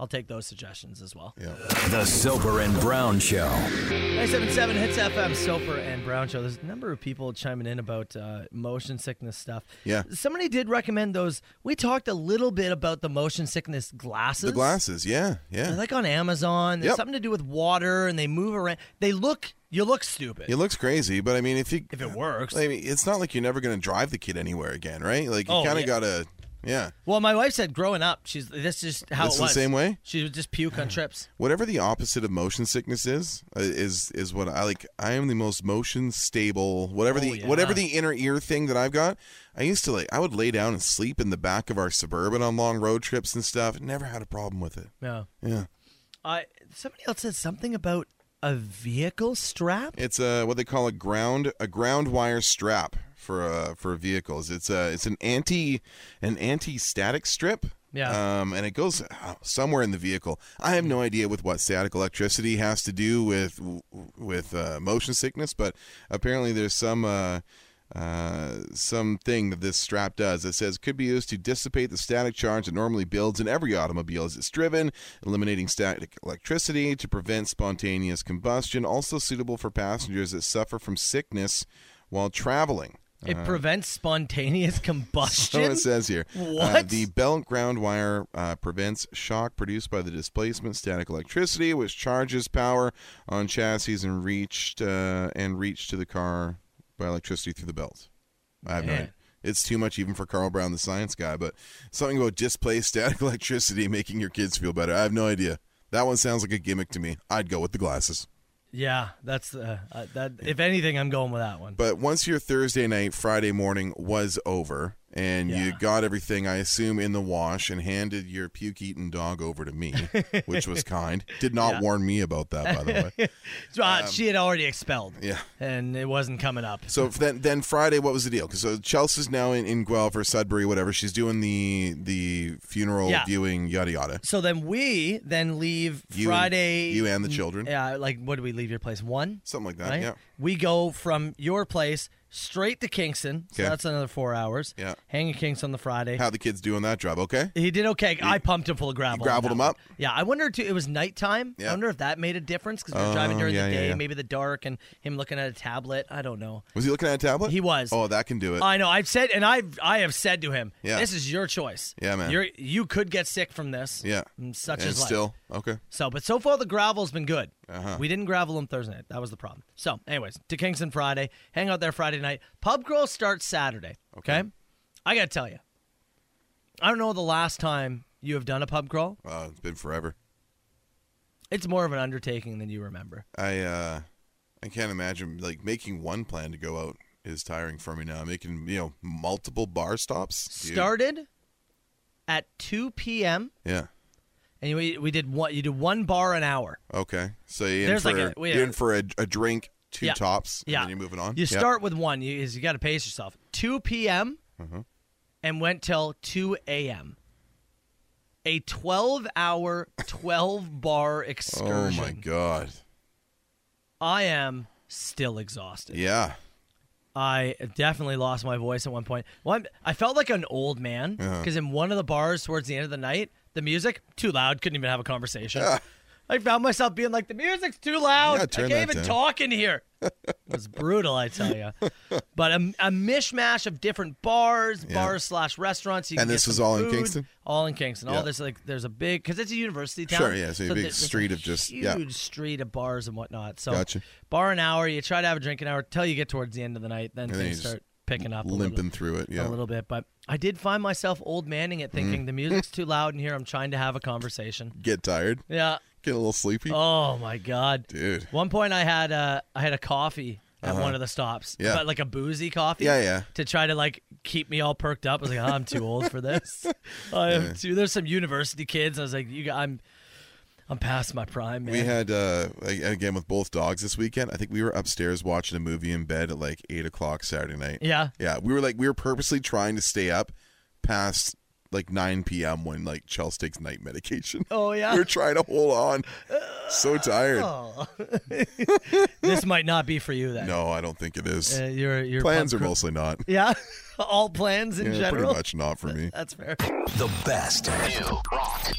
I'll take those suggestions as well.
The Soper and Brown Show.
977 Hits FM, Soper and Brown Show. There's a number of people chiming in about uh, motion sickness stuff.
Yeah.
Somebody did recommend those. We talked a little bit about the motion sickness glasses.
The glasses, yeah, yeah.
They're like on Amazon. There's
Yep.
something to do with water and they move around. They look, you look stupid.
It looks crazy, but I mean, if you if
it works,
I mean, it's not like you're never going to drive the kid anywhere again, right? Like you
Oh,
kind of
yeah.
gotta, yeah.
Well, my wife said growing up, she's this is how
It's
it
the
was.
same way?
She would just puke on trips.
Whatever the opposite of motion sickness is, uh, is is what I like. I am the most motion stable. Whatever the
yeah.
whatever the inner ear thing that I've got, I used to like. I would lay down and sleep in the back of our suburban on long road trips and stuff. Never had a problem with it.
Yeah.
Yeah,
I somebody else said something about a vehicle strap.
it's a what they call a ground a ground wire strap for uh, for vehicles. It's uh it's an anti an anti static strip.
Yeah.
Um, and it goes uh, somewhere in the vehicle. I have no idea with what static electricity has to do with with uh, motion sickness, but apparently there's some. Uh, uh, something that this strap does. It says could be used to dissipate the static charge that normally builds in every automobile as it's driven, eliminating static electricity to prevent spontaneous combustion. Also suitable for passengers that suffer from sickness while traveling.
It
Uh,
prevents spontaneous
so
combustion.
it says here. Uh,
What?
the belt ground wire uh, prevents shock produced by the displacement static electricity, which charges power on chassis and reached uh, and reached to the car by electricity through the belt. I have no
Man.
idea. It's too much even for Carl Brown, the science guy, but something about displaced static electricity making your kids feel better. I have no idea. That one sounds like a gimmick to me. I'd go with the glasses.
yeah, that's uh, uh, that. If anything, I'm going with that one.
But once your Thursday night, Friday morning was over and you got everything, I assume, in the wash and handed your puke eaten dog over to me, which was kind. Did not
Yeah.
warn me about that, by the way.
So, uh, she had already expelled.
um, Yeah.
and it wasn't coming up.
So f- then, then Friday, what was the deal? Because so Chelsea's now in, in Guelph or Sudbury, whatever. She's doing the the funeral
Yeah.
viewing, yada yada.
So then we then leave
You and-
Friday.
you and the children.
Yeah, like what do we leave your place? One?
Something like that, yeah.
We go from your place straight to Kingston. So
Okay.
that's another four hours.
Yeah.
Hang in Kingston the Friday.
How the kids doing that job? Okay.
he did okay. I pumped him full of gravel. on
graveled
that
him
one.
up?
Yeah, I wonder too. It was nighttime. I
Yeah.
wonder if that made a difference because we were driving
Oh,
during
yeah,
the
yeah,
day,
yeah.
maybe the dark, and him looking at a tablet. I don't know.
Was he looking at a tablet?
He was.
Oh, that can do it.
I know. I've said, and I've I have said to him,
Yeah.
"This is your choice.
Yeah, man.
You're, you could get sick from this.
yeah.
Mm, such
and
is life.
still okay.
So, but so far the gravel's been good.
Uh-huh.
We didn't gravel on Thursday night. That was the problem. So, anyways, to Kingston Friday, hang out there Friday night. Pub crawl starts Saturday. Okay. I got to tell you, I don't know the last time you have done a pub crawl.
Uh, it's been forever.
It's more of an undertaking than you remember.
I uh I can't imagine like making one plan to go out is tiring for me now. Making you know multiple bar stops. dude.
Started at 2 p.m.
Yeah.
and we, we did one. You did one bar an hour.
Okay. So you're in
There's
for
like a- we-
you're in for a, a drink, two
Yeah.
tops,
Yeah.
and then you're moving on.
You
Yeah.
start with one. You you got to pace yourself. 2 p.m.
Mhm.
and went till 2 a.m. A 12 hour, 12 bar
Oh
excursion.
my god.
I am still exhausted.
Yeah.
I definitely lost my voice at one point. One, I felt like an old man
Uh-huh.
because in one of the bars towards the end of the night, the music too loud, couldn't even have a conversation. I found myself being like, the music's too loud.
Yeah,
I
turn
can't
that
even
down."
talk in here. it was brutal, I tell you. But a, a mishmash of different bars,
Yeah.
bars slash restaurants. You
And
can get
this was
some
all in
food,
Kingston?
All in Kingston.
Yeah.
All this like there's a big because it's a university town.
Sure, yeah, so a big
there's a
street of just-
huge
yeah.
street of bars and whatnot. So
Gotcha.
bar an hour. You try to have a drink an hour till you get towards the end of the night. Then
And then you
things
just
start picking up. a
limping
little-
through it, yeah.
a little bit. But I did find myself old manning it,
Mm-hmm.
thinking the music's too loud in here. I'm trying to have a conversation.
Get tired.
Yeah.
Get a little sleepy.
Oh my god,
Dude.
One point, I had a I had a coffee at
Uh-huh.
one of the stops,
Yeah.
but like a boozy coffee.
Yeah, yeah.
To try to like keep me all perked up. I was like, "Oh, I'm too old for this. I am
Yeah.
too. There's some university kids. I was like, you, g- I'm, I'm past my prime, man.
We had uh a- again with both dogs this weekend. I think we were upstairs watching a movie in bed at like eight o'clock Saturday night.
Yeah.
yeah. We were like we were purposely trying to stay up past like nine p.m. when like Chelsea takes night medication.
Oh, yeah?
we were trying to hold on. So tired.
Oh. this might not be for you then.
No, I don't think it is.
Uh, your- your
plans
pub
are
cr-
mostly not.
Yeah, all plans in
Yeah,
general.
pretty much not for me.
That's fair.
The best. You rock.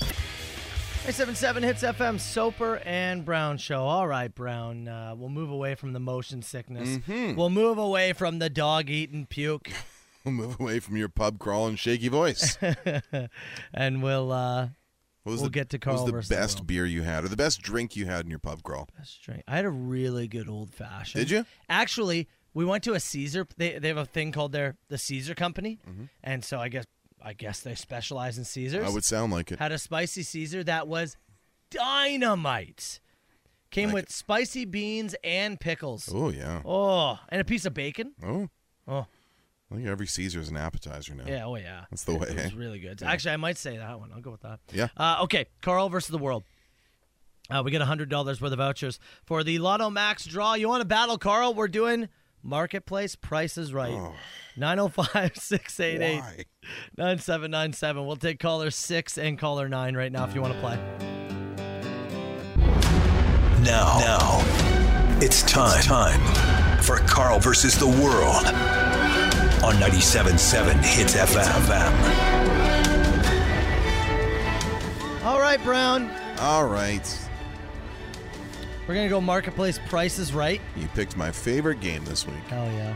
A77 hits FM Soper and Brown show. All right, Brown. Uh, we'll move away from the motion sickness.
Mhm.
We'll move away from the dog eating puke,
Move away from your pub crawl and shaky voice. what
and we'll uh,
was
we'll
the,
get to
what was
Carl versus
the
the
best
world.
beer you had, or the best drink you had in your pub crawl?
drink. I had a really good old fashioned.
Did you?
Actually, we went to a Caesar. They they have a thing called their the Caesar Company,
Mhm.
and so I guess I guess they specialize in Caesars.
I would sound like it.
Had a spicy Caesar that was dynamite. Came with spicy beans and pickles.
Oh yeah.
Oh, and a piece of bacon.
Oh.
Oh.
I think every Caesar's an appetizer now.
Yeah, oh yeah.
That's the way.
It
eh?
was really good.
Yeah.
Actually, I might say that one. I'll go with that.
Yeah.
Uh, okay, Carl versus the world. Uh, we get $100 worth of vouchers for the Lotto Max draw. You want to battle, Carl? We're doing Marketplace, Price is Right.
Oh.
905 688 9797. We'll take caller six and caller nine right now if you want to play.
Now, now, it's time, time for Carl versus the world on 97.7 Hits FM.
All right, Brown.
All right.
We're going to go Marketplace, Price is Right.
You picked my favorite game this week.
Hell yeah.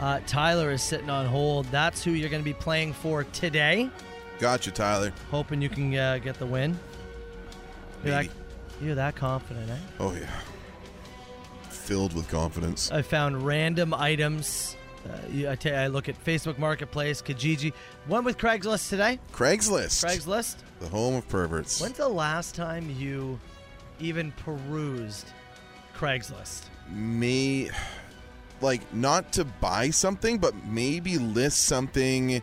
Uh, Tyler is sitting on hold. That's who you're going to be playing for today.
Gotcha, Tyler.
Hoping you can uh, get the win. You're that, you're that confident, eh?
Oh, yeah. Filled with confidence.
I found random items. Uh, you- I ta- I look at Facebook Marketplace, Kijiji. Went with Craigslist today.
Craigslist.
Craigslist.
The home of perverts.
When's the last time you even perused Craigslist?
May, like, not to buy something, but maybe list something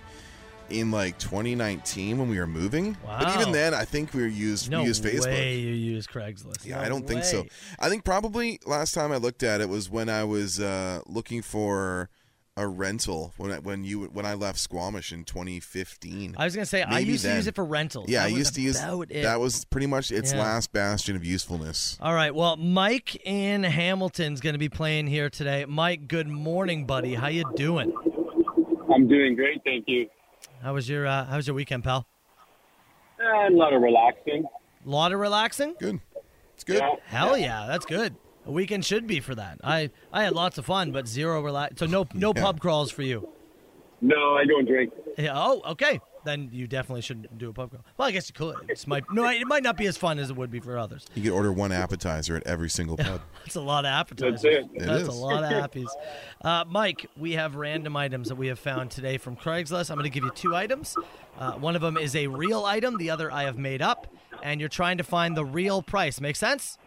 in like 2019 when we were moving. But
Wow.
even then, I think we were used
No
we used Facebook.
way you use Craigslist.
Yeah,
No
I don't think so.
way.
I think probably last time I looked at it was when I was uh, looking for a rental when I, when you when I left Squamish in 2015.
I was gonna say, I used to use it for rentals.
Yeah,
That
I
was
used to use
about it.
that was pretty much its
Yeah.
last bastion of usefulness.
All right. Well, Mike in Hamilton's going to be playing here today. Mike, good morning, buddy. How you doing?
I'm doing great, thank you.
How was your uh, How was your weekend, pal?
And Eh, a lot of relaxing.
A lot of relaxing.
Good. It's
good. Yeah.
Hell yeah, that's good. A weekend should be for that. I I had lots of fun, but zero relax. So no no pub crawls for you.
No, I don't drink.
Yeah. Oh, okay. Then you definitely shouldn't do a pub crawl. Well, I guess you could. It's might no, it might not be as fun as it would be for others.
You could order one appetizer at every single pub.
That's a lot of appetizers.
That's it. It
That's a
is.
lot of appies. Uh, Mike, we have random items that we have found today from Craigslist. I'm going to give you two items. Uh, one of them is a real item. The other I have made up, and you're trying to find the real price. Make sense?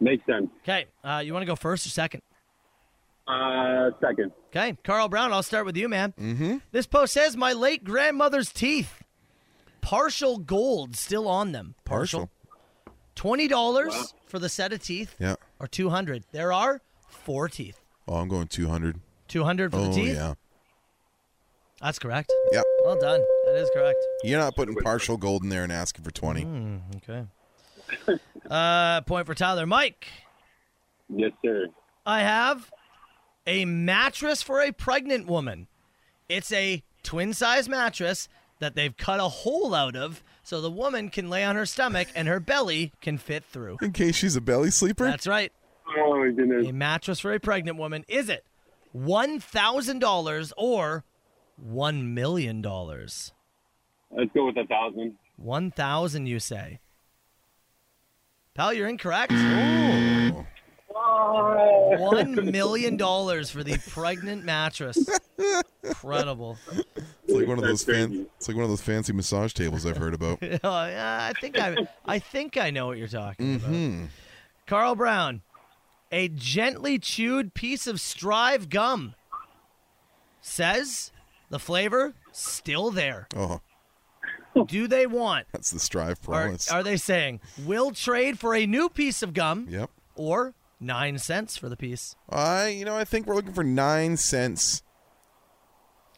Makes sense.
Okay. Uh, you want to go first or second?
Uh, second.
Okay. Carl Brown, I'll start with you, man. Mm-hmm. This post says my late grandmother's teeth, partial gold still on them.
Partial.
Twenty dollars for the set of teeth,
Yeah.
or two hundred. There are four teeth.
Oh, I'm going 200.
200 for
oh,
the teeth?
yeah.
That's correct.
Yeah.
Well done. That is correct.
You're not putting partial gold in there and asking for 20.
Mm. okay. Uh, point for Tyler. Mike,
Yes, sir.
I have a mattress for a pregnant woman. It's a twin size mattress that they've cut a hole out of so the woman can lay on her stomach and her belly can fit through.
In case she's a belly sleeper?
That's right.
Oh, my goodness.
A mattress for a pregnant woman. Is it $1,000 or $1 million?
Let's go with a thousand.
1,000, you say. Pal, you're incorrect. One million dollars for the pregnant mattress. Incredible.
It's like one of those fan, it's like one of those fancy massage tables I've heard about.
Yeah, uh, I think I, I think I know what you're talking
hmm
about. Carl Brown, a gently chewed piece of strive gum. Says the flavor still there.
Oh,
Do they want?
that's the strive
Are,
promise.
are they saying we'll trade for a new piece of gum?
Yep.
Or nine cents for the piece.
I, you know, I think we're looking for nine cents.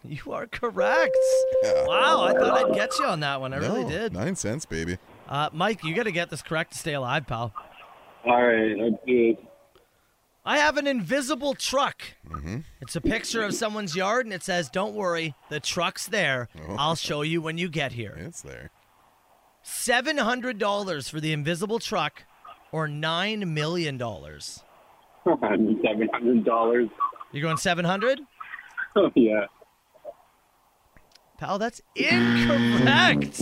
You are correct. Wow, I thought I'd get you on that one. I really
No,
did.
Nine cents, baby.
Uh, Mike, you got to get this correct to stay alive, pal.
All right, let's do it.
I have an invisible truck.
Mm-hmm.
It's a picture of someone's yard, and it says, "Don't worry, the truck's there. I'll show you when you get here."
It's there.
Seven hundred dollars for the invisible truck, or nine million dollars.
Seven hundred dollars.
You're going seven hundred,
Oh yeah.
pal. That's incorrect.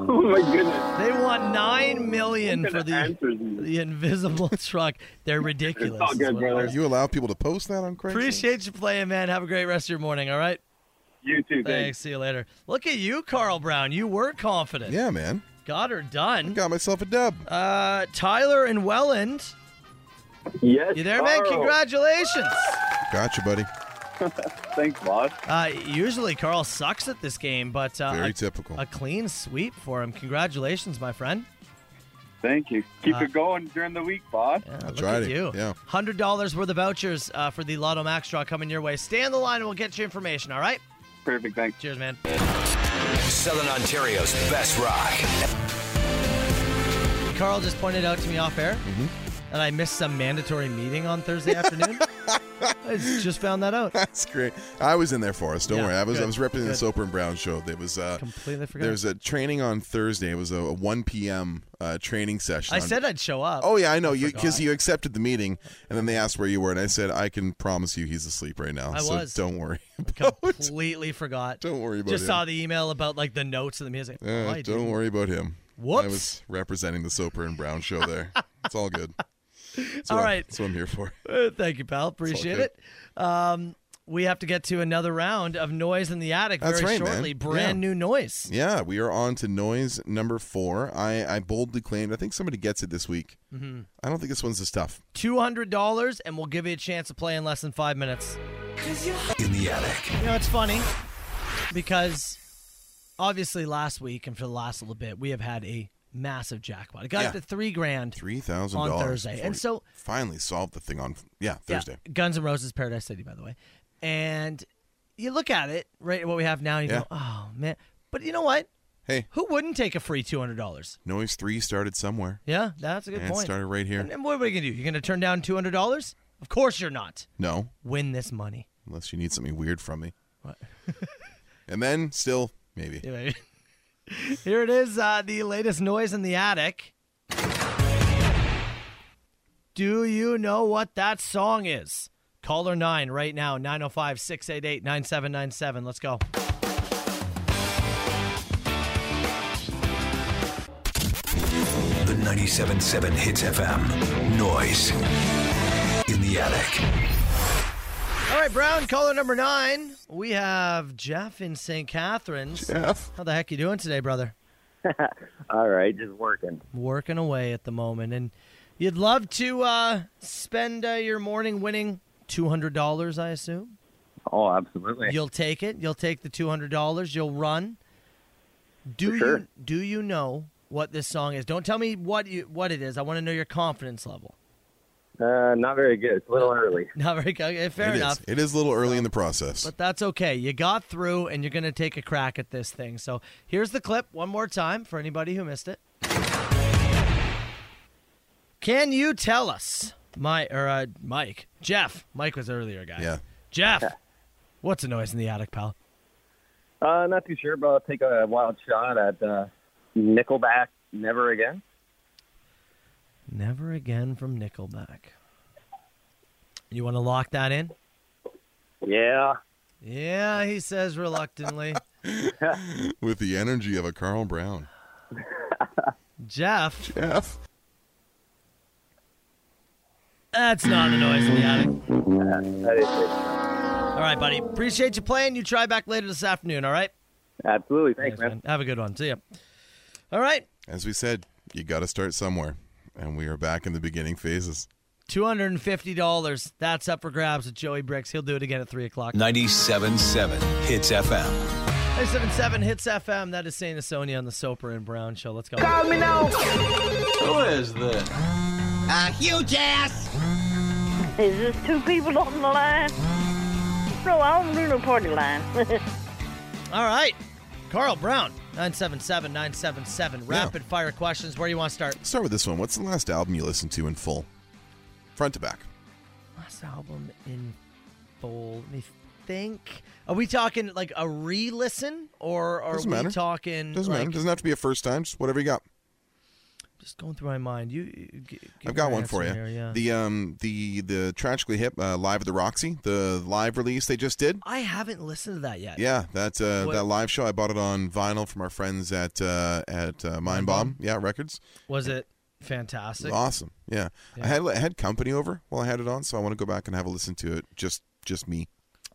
Oh my goodness.
They want nine million
Look
for
at the
the
answers.
the invisible truck. They're ridiculous.
It's all
is
good,
what it
brother.
is.
You allow people to post that on Craigslist?
Appreciate you playing, man. Have a great rest of your morning. All right.
You too. Thanks.
See you later. Look at you, Carl Brown. You were confident.
Yeah, man.
Got her done.
Got myself a dub.
Uh, Tyler and Welland.
Yes.
You there, man?
Carl.
Congratulations.
Gotcha, buddy.
Thanks, boss.
Uh, usually Carl sucks at this game, but uh,
Very
a,
typical.
a clean sweep for him. Congratulations, my friend.
Thank you. Keep
Uh,
it going during the week, boss.
I tried at it. you.
Yeah.
Hundred dollars worth of vouchers uh, for the Lotto Max draw coming your way. Stay on the line and we'll get you information. All right.
Perfect. Thanks.
Cheers, man.
Southern Ontario's best rock.
Carl just pointed out to me off air
Mm-hmm.
that I missed some mandatory meeting on Thursday afternoon. I s- just found that out.
That's great. I was in there for us. Don't
Yeah,
worry. I was I
good,
was representing the
good.
Soper and Brown show. There was uh,
Completely forgot.
There's a training on Thursday. It was a, a 1 p.m. Uh, training session.
I
on-
said I'd show up.
Oh yeah, I know you
forgot.
because you accepted the meeting, and then they asked where you were, and I said I can promise you he's asleep right now.
I
so
was.
Don't worry.
completely forgot.
Don't worry about
Just
him.
saw the email about like the notes of the music.
Uh,
Oh, I
don't
didn't.
worry about him.
Whoops.
I was representing the Soper and Brown show there. it's all good. That's
All
what I-
right.
that's what I'm here for.
Uh, Thank you, pal. Appreciate
good.
it. Um, we have to get to another round of noise in the attic
That's
very
right, man.
shortly. Brand
Yeah.
new noise.
Yeah, we are on to noise number four. I, I boldly claimed. I think somebody gets it this week.
Mhm.
I don't think this one's the stuff.
Two hundred dollars, and we'll give you a chance to play in less than five minutes.
In the attic.
You know, it's funny because obviously last week and for the last little bit, we have had a massive jackpot. It got
Yeah.
up to three grand
Three thousand
on
dollars
Thursday, and so
finally solved the thing on yeah Thursday.
Yeah, Guns N' Roses, Paradise City, by the way. And you look at it, right? What we have now, and you
Yeah.
go, oh man. But you know what?
Hey,
who wouldn't take a free two hundred dollars?
Noise three started somewhere.
Yeah, that's a good
And it
point.
started right here.
And, and what are you gonna do? You're gonna turn down two hundred dollars? Of course you're not.
No,
Win this money.
unless you need something weird from me. and then still maybe.
Yeah, maybe. Here it is, uh, the latest noise in the attic. Do you know what that song is? Caller 9 right now, 905 688 9797. Let's go.
The 97.7 Hits FM. Noise. In the attic.
All right, Brown, caller number 9. We have Jeff in St. Catharines.
Jeff.
How the heck you doing today, brother?
All right, just working.
Working away at the moment. And you'd love to uh, spend uh, your morning winning $200, I assume?
Oh, absolutely.
You'll take it. You'll take the two hundred dollars. You'll run. Do
sure.
you do you know what this song is? Don't tell me what you what it is. I want to know your confidence level.
Uh, not very good. It's a little early.
Not very good. Okay, Fair
It is.
enough.
It is a little early in the process.
But that's okay. You got through, and you're going to take a crack at this thing. So here's the clip one more time for anybody who missed it. Can you tell us, my or uh, Mike, Jeff? Mike was earlier, guy.
Yeah.
Jeff, what's the noise in the attic, pal?
Uh, not too sure, but I'll take a wild shot at uh, Nickelback. Never again.
Never Again from Nickelback. You want to lock that in?
Yeah.
Yeah, he says reluctantly.
With the energy of a Carl Brown.
Jeff.
Jeff.
That's not a noise in the attic. Mm.
All
right, buddy. Appreciate you playing. You try back later this afternoon, all right?
Absolutely. Thanks,
man. Have a good one. See ya. All right.
As we said, you got to start somewhere, and we are back in the beginning phases.
$250. That's up for grabs with Joey Bricks. He'll do it again at 3 o'clock.
97.7 Hits FM.
977 Hits FM. That is Santa Sonia on the Soper and Brown Show. Let's go.
Call me now.
Who is this?
A huge ass. Is this two people on the line? No, I don't do no party line.
All right. Carl Brown, 977 977. Rapid fire questions. Where do you want to start?
Start with this one. What's the last album you listened to in full, front to back?
Last album in full. Let me think. Are we talking like a re-listen, or are
Doesn't
we
matter.
talking?
Doesn't
like,
matter. Doesn't have to be a first time. Just whatever you got.
Just going through my mind. You. you g- give
I've
me
got
your
one for you.
answer here, yeah.
The um the the tragically hip uh, live at the Roxy, the live release they just did.
I haven't listened to that yet.
Yeah, that uh,
What-
that live show I bought it on vinyl from our friends at uh, at uh, Mind Bomb. Yeah, records.
Was it fantastic?
Awesome. Yeah.
Yeah.
I had I had company over while I had it on, so I want to go back and have a listen to it. Just just me.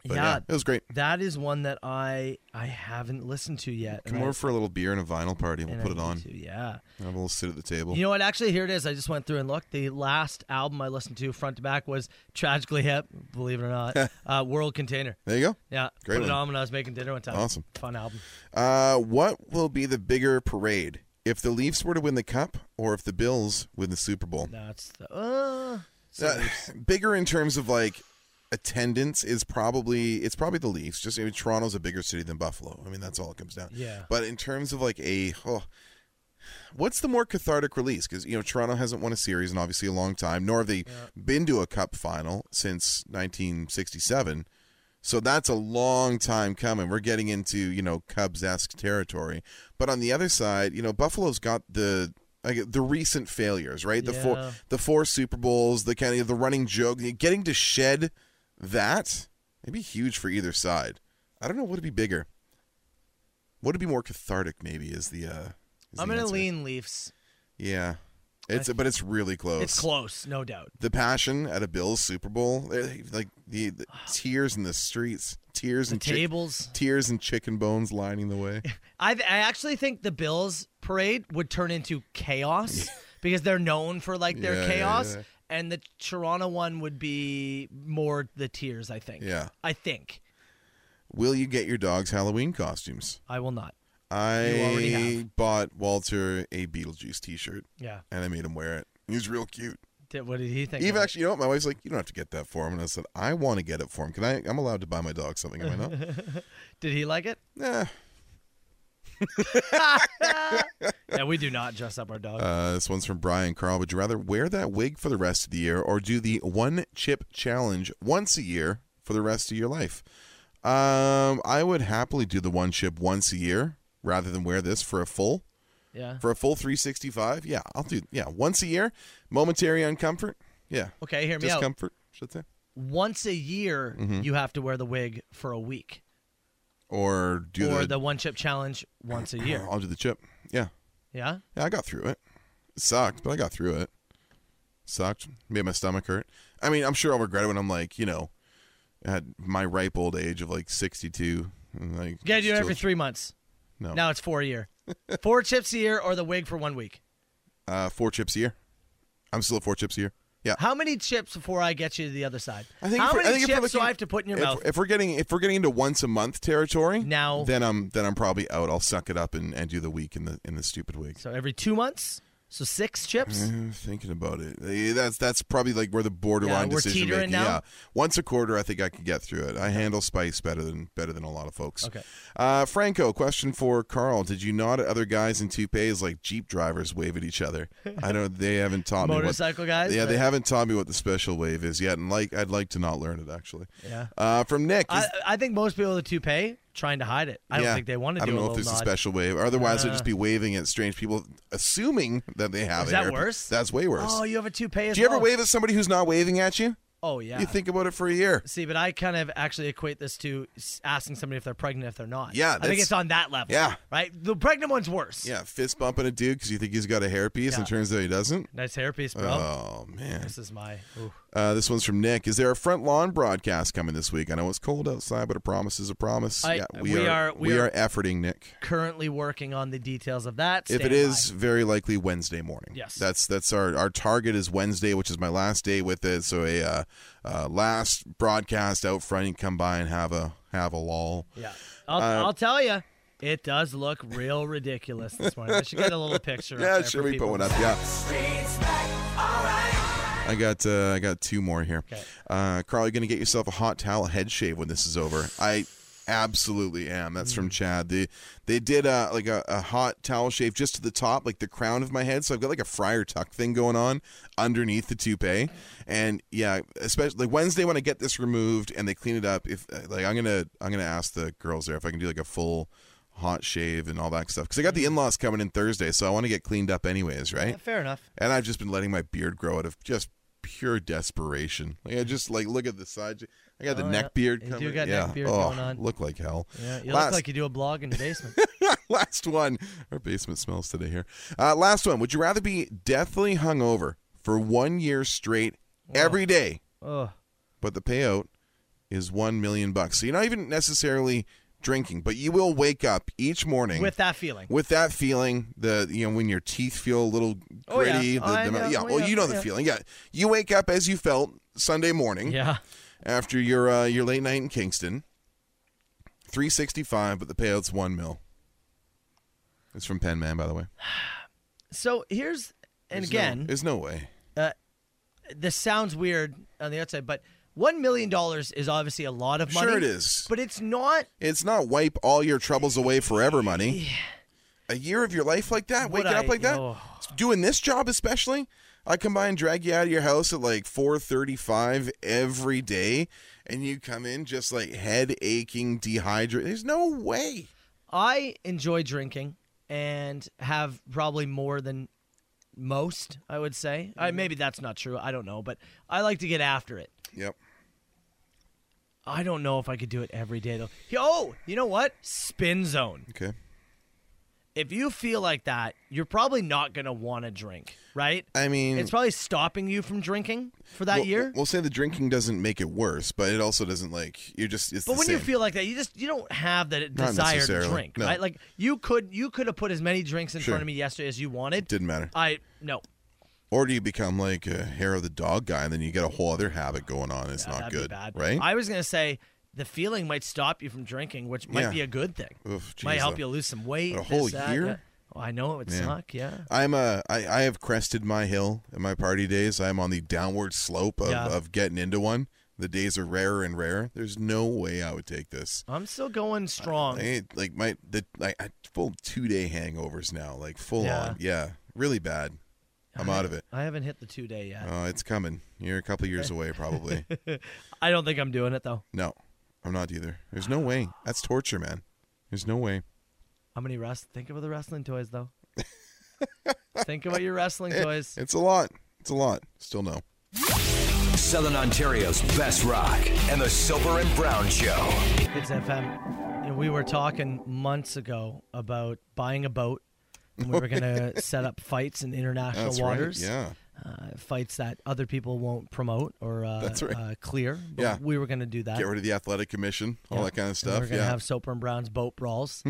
But yeah,
Yeah.
it was great.
That is one that I I haven't listened to yet. and
Come
I-
over for a little beer and a vinyl party. and We'll
And I
put it
need
on.
to, yeah.
Have a little sit at the table.
You know what? Actually, here it is. I just went through and looked. The last album I listened to front to back was Tragically Hip, believe it or not. uh, World Container.
there you go.
Yeah.
Great
Put it
one.
on when I was making dinner one time.
Awesome.
Fun album.
Uh, what will be the bigger parade? if the Leafs were to win the Cup or if the Bills win the Super Bowl.
That's the. Uh, so
Uh, bigger in terms of like attendance is probably it's probably the Leafs. Just I mean, Toronto's a bigger city than Buffalo. I mean that's all it comes down.
Yeah.
But in terms of like a oh, what's the more cathartic release? Because you know Toronto hasn't won a series in obviously a long time, nor have they been to a Cup final since 1967. So that's a long time coming. We're getting into you know Cubs esque territory. But on the other side, you know Buffalo's got the like the recent failures, right? The
Yeah.
four the four Super Bowls, the kind of the running joke, getting to shed that, it'd be huge for either side. I don't know what'd be bigger. What'd be more cathartic? Maybe is the. uh is
I'm
the
going to
answer.
lean Leafs.
Yeah, it's but it's really close.
It's close, no doubt.
The passion at a Bills Super Bowl, they- like the, the tears in the streets, tears
The
and chick-
tables.
tears and chicken bones lining the way.
I, th- I actually think the Bills parade would turn into chaos because they're known for like their
Yeah, yeah,
chaos,
yeah.
and the Toronto one would be more the tears. I think.
Yeah.
I think
Will you get your dog's Halloween costumes?
I will not. You already
I
have.
bought Walter a Beetlejuice T-shirt.
Yeah.
and I made him wear it. He was real cute.
Did, what did he think?
Eve
of it?
actually, you know, what? my wife's like, you don't have to get that for him, and I said, I want to get it for him. Can I? I'm allowed to buy my dog something, am I not?
did he like it?
Yeah.
yeah, we do not dress up our dog.
Uh, this one's from Brian Carl. Would you rather wear that wig for the rest of the year or do the one chip challenge once a year for the rest of your life? Um, I would happily do the one chip once a year rather than wear this for a full
yeah.
for a full 365. Yeah, I'll do yeah once a year. Momentary uncomfort. Yeah.
Okay, hear me out.
Discomfort. Should say
Once a year,
Mm-hmm.
you have to wear the wig for a week,
or do
or
the,
the, one chip challenge once a year.
I'll do the chip. Yeah.
Yeah.
Yeah, I got through it. It sucked, but I got through it. Sucked. Made my stomach hurt. I mean, I'm sure I'll regret it when I'm like, you know, at my ripe old age of like 62. and, Like,
You gotta do it
still-
every three months.
No.
Now it's four a year. four chips a year or the wig for one week.
Uh, four chips a year. I'm still at four chips a year. Yeah.
How many chips before I get you to the other side?
I think
How
if we're-
many
I think if we're
chips do
looking-
I have to put in your
if,
mouth?
If we're getting if we're getting into once a month territory,
Now-
then I'm then I'm probably out. I'll suck it up and, and do the week in the in the stupid week.
so every two months? So six chips?
Eh, thinking about it, Eh, that's that's probably like where the borderline
Yeah, we're
decision
teetering
making.
now?
Yeah, once a quarter, I think I could get through it. I handle spice better than better than a lot of folks.
Okay.
uh, Franco, question for Carl: Did you nod at other guys in toupees like Jeep drivers wave at each other? I don't. They haven't taught me. what-
Motorcycle guys?
Yeah, they
Uh,
haven't taught me what the special wave is yet, and like I'd like to not learn it actually.
Yeah.
Uh, from Nick.
I,
is-
I think most people with a toupee trying to hide it. I
yeah.
don't think they want to
I
do
don't
a
know if
little
there's
nod.
a special wave. Otherwise, they'd
Yeah.
just be waving at strange people, assuming that they have
Is
it.
that
Or-
worse?
That's way worse.
Oh, you have a toupee as
Do you ever
well?
wave at somebody who's not waving at you?
Oh, yeah.
You think about it for a year.
See, but I kind of actually equate this to s- asking somebody if they're pregnant if they're not. I
Yeah,
think
that's-
it's on that level.
yeah.
Right? The pregnant one's worse.
Yeah, fist bumping a dude because you think he's got a hairpiece
Yeah.
and it turns out he doesn't.
Nice hairpiece, bro.
Oh, man.
This is my. Ooh.
Uh, this one's from Nick. Is there a front lawn broadcast coming this week? I know it's cold outside, but a promise is a promise.
I- uh,
yeah,
we are- we
we
are-
are efforting, Nick.
Currently working on the details of that.
If it
Stand
is, very likely Wednesday morning.
Yes.
that's that's our our target is Wednesday, which is my last day with it. So a uh, uh, last broadcast out front, you can come by and have a have a lol.
Yeah. I'll,
Uh,
I'll tell you, it does look real ridiculous this morning. I should get a little picture. up
Yeah,
there
sure,
for
we
people.
put one up. Yeah. I got uh, I got two more here. Uh, Carl, you're gonna get yourself a hot towel head shave when this is over. I absolutely am. That's from Chad. They they did uh, like a, a hot towel shave just to the top, like the crown of my head. So I've got like a friar tuck thing going on underneath the toupee. And yeah, especially like Wednesday when I get this removed and they clean it up. If uh, like I'm gonna I'm gonna ask the girls there if I can do like a full hot shave and all that stuff because I got the in-laws coming in Thursday, so I want to get cleaned up anyways, right?
Yeah, fair enough.
and I've just been letting my beard grow out of just pure desperation. Like I just like look at the side. I got the
Oh,
neck
yeah.
beard
You do
coming.
got
yeah.
neck beard
oh,
going on.
Look like hell.
Yeah, you
last,
look like you do a blog in your basement.
last one. Our basement smells today here. Uh, last one. Would you rather be deathly hungover for one year straight every day,
oh,
but the payout is one million bucks? So you're not even necessarily drinking, but you will wake up each morning
with that feeling.
with that feeling, the you know when your teeth feel a little
Oh, yeah.
gritty, the-
I
the-
know.
yeah,
Oh,
well
yeah.
you know
Oh,
the
yeah.
feeling. Yeah, you wake up as you felt Sunday morning.
Yeah.
after your uh, your late night in Kingston, three sixty five, but the payout's one mil. It's from Pen Man, by the way.
So here's, and
There's no-
again,
there's no way.
uh, this sounds weird on the outside, but $1 million is obviously a lot of money.
Sure it is.
But it's not
It's not wipe all your troubles away forever money. A year of your life like that,
What
waking up
I-
like that,
oh.
doing this job especially. I come by and drag you out of your house at like 4:35 every day, and you come in just like head aching, dehydrated. There's no way.
I enjoy drinking and have probably more than most, I would say. I, maybe that's not true. I don't know, but I like to get after it.
Yep.
I don't know if I could do it every day though. Yo, oh, you know what? Spin zone.
Okay.
If you feel like that, you're probably not going to want to drink, right?
I mean,
it's probably stopping you from drinking for that
Mm. we'll,
year.
We'll say the drinking doesn't make it worse, but it also doesn't like you're just. It's
But
the
when you
same.
feel like that, you just you don't have that
Not
desire to
necessarily,
drink,
no.
right? Like you could you could have put as many drinks in
Sure.
front of me yesterday as you wanted.
didn't matter,
I no,
or do you become like a hair of the dog guy, and then you get a whole other habit going on? It's not
that'd be
good,
bad.
right?
I was gonna say the feeling might stop you from drinking, which might
Yeah.
be a good thing.
Oof,
might
geez,
help
a-
you lose some weight.
a
this,
whole
that,
year?
yeah. Oh, I know it would
Yeah.
suck. Yeah.
I'm a I, I have crested my hill in my party days. I'm on the downward slope of,
Yeah.
of getting into one. The days are rarer and rarer. There's no way I would take this.
I'm still going strong.
I, like my the like I full two day hangovers now, like full
Yeah.
on. Yeah. Really bad. I'm out of it.
I haven't hit the two day yet.
Oh, it's coming. You're a couple years away probably.
I don't think I'm doing it though.
No. I'm not either. There's no way.
Ah.
That's torture, man. There's no way.
How many rest? Think about the wrestling toys though. Think about your wrestling
Eh,
toys.
It's a lot. It's a lot. Still no.
Southern Ontario's best rock and the Silver and Brown Show.
It's FM. You know, we were talking months ago about buying a boat, and we were going to set up fights in international
That's right,
waters.
yeah.
uh, fights that other people won't promote or uh,
That's right.
uh, clear. But
Yeah.
we were going to do that.
Get rid of the athletic commission, all
Yeah.
that kind of
And
stuff.
We're gonna
yeah.
have Soper and Brown's boat brawls.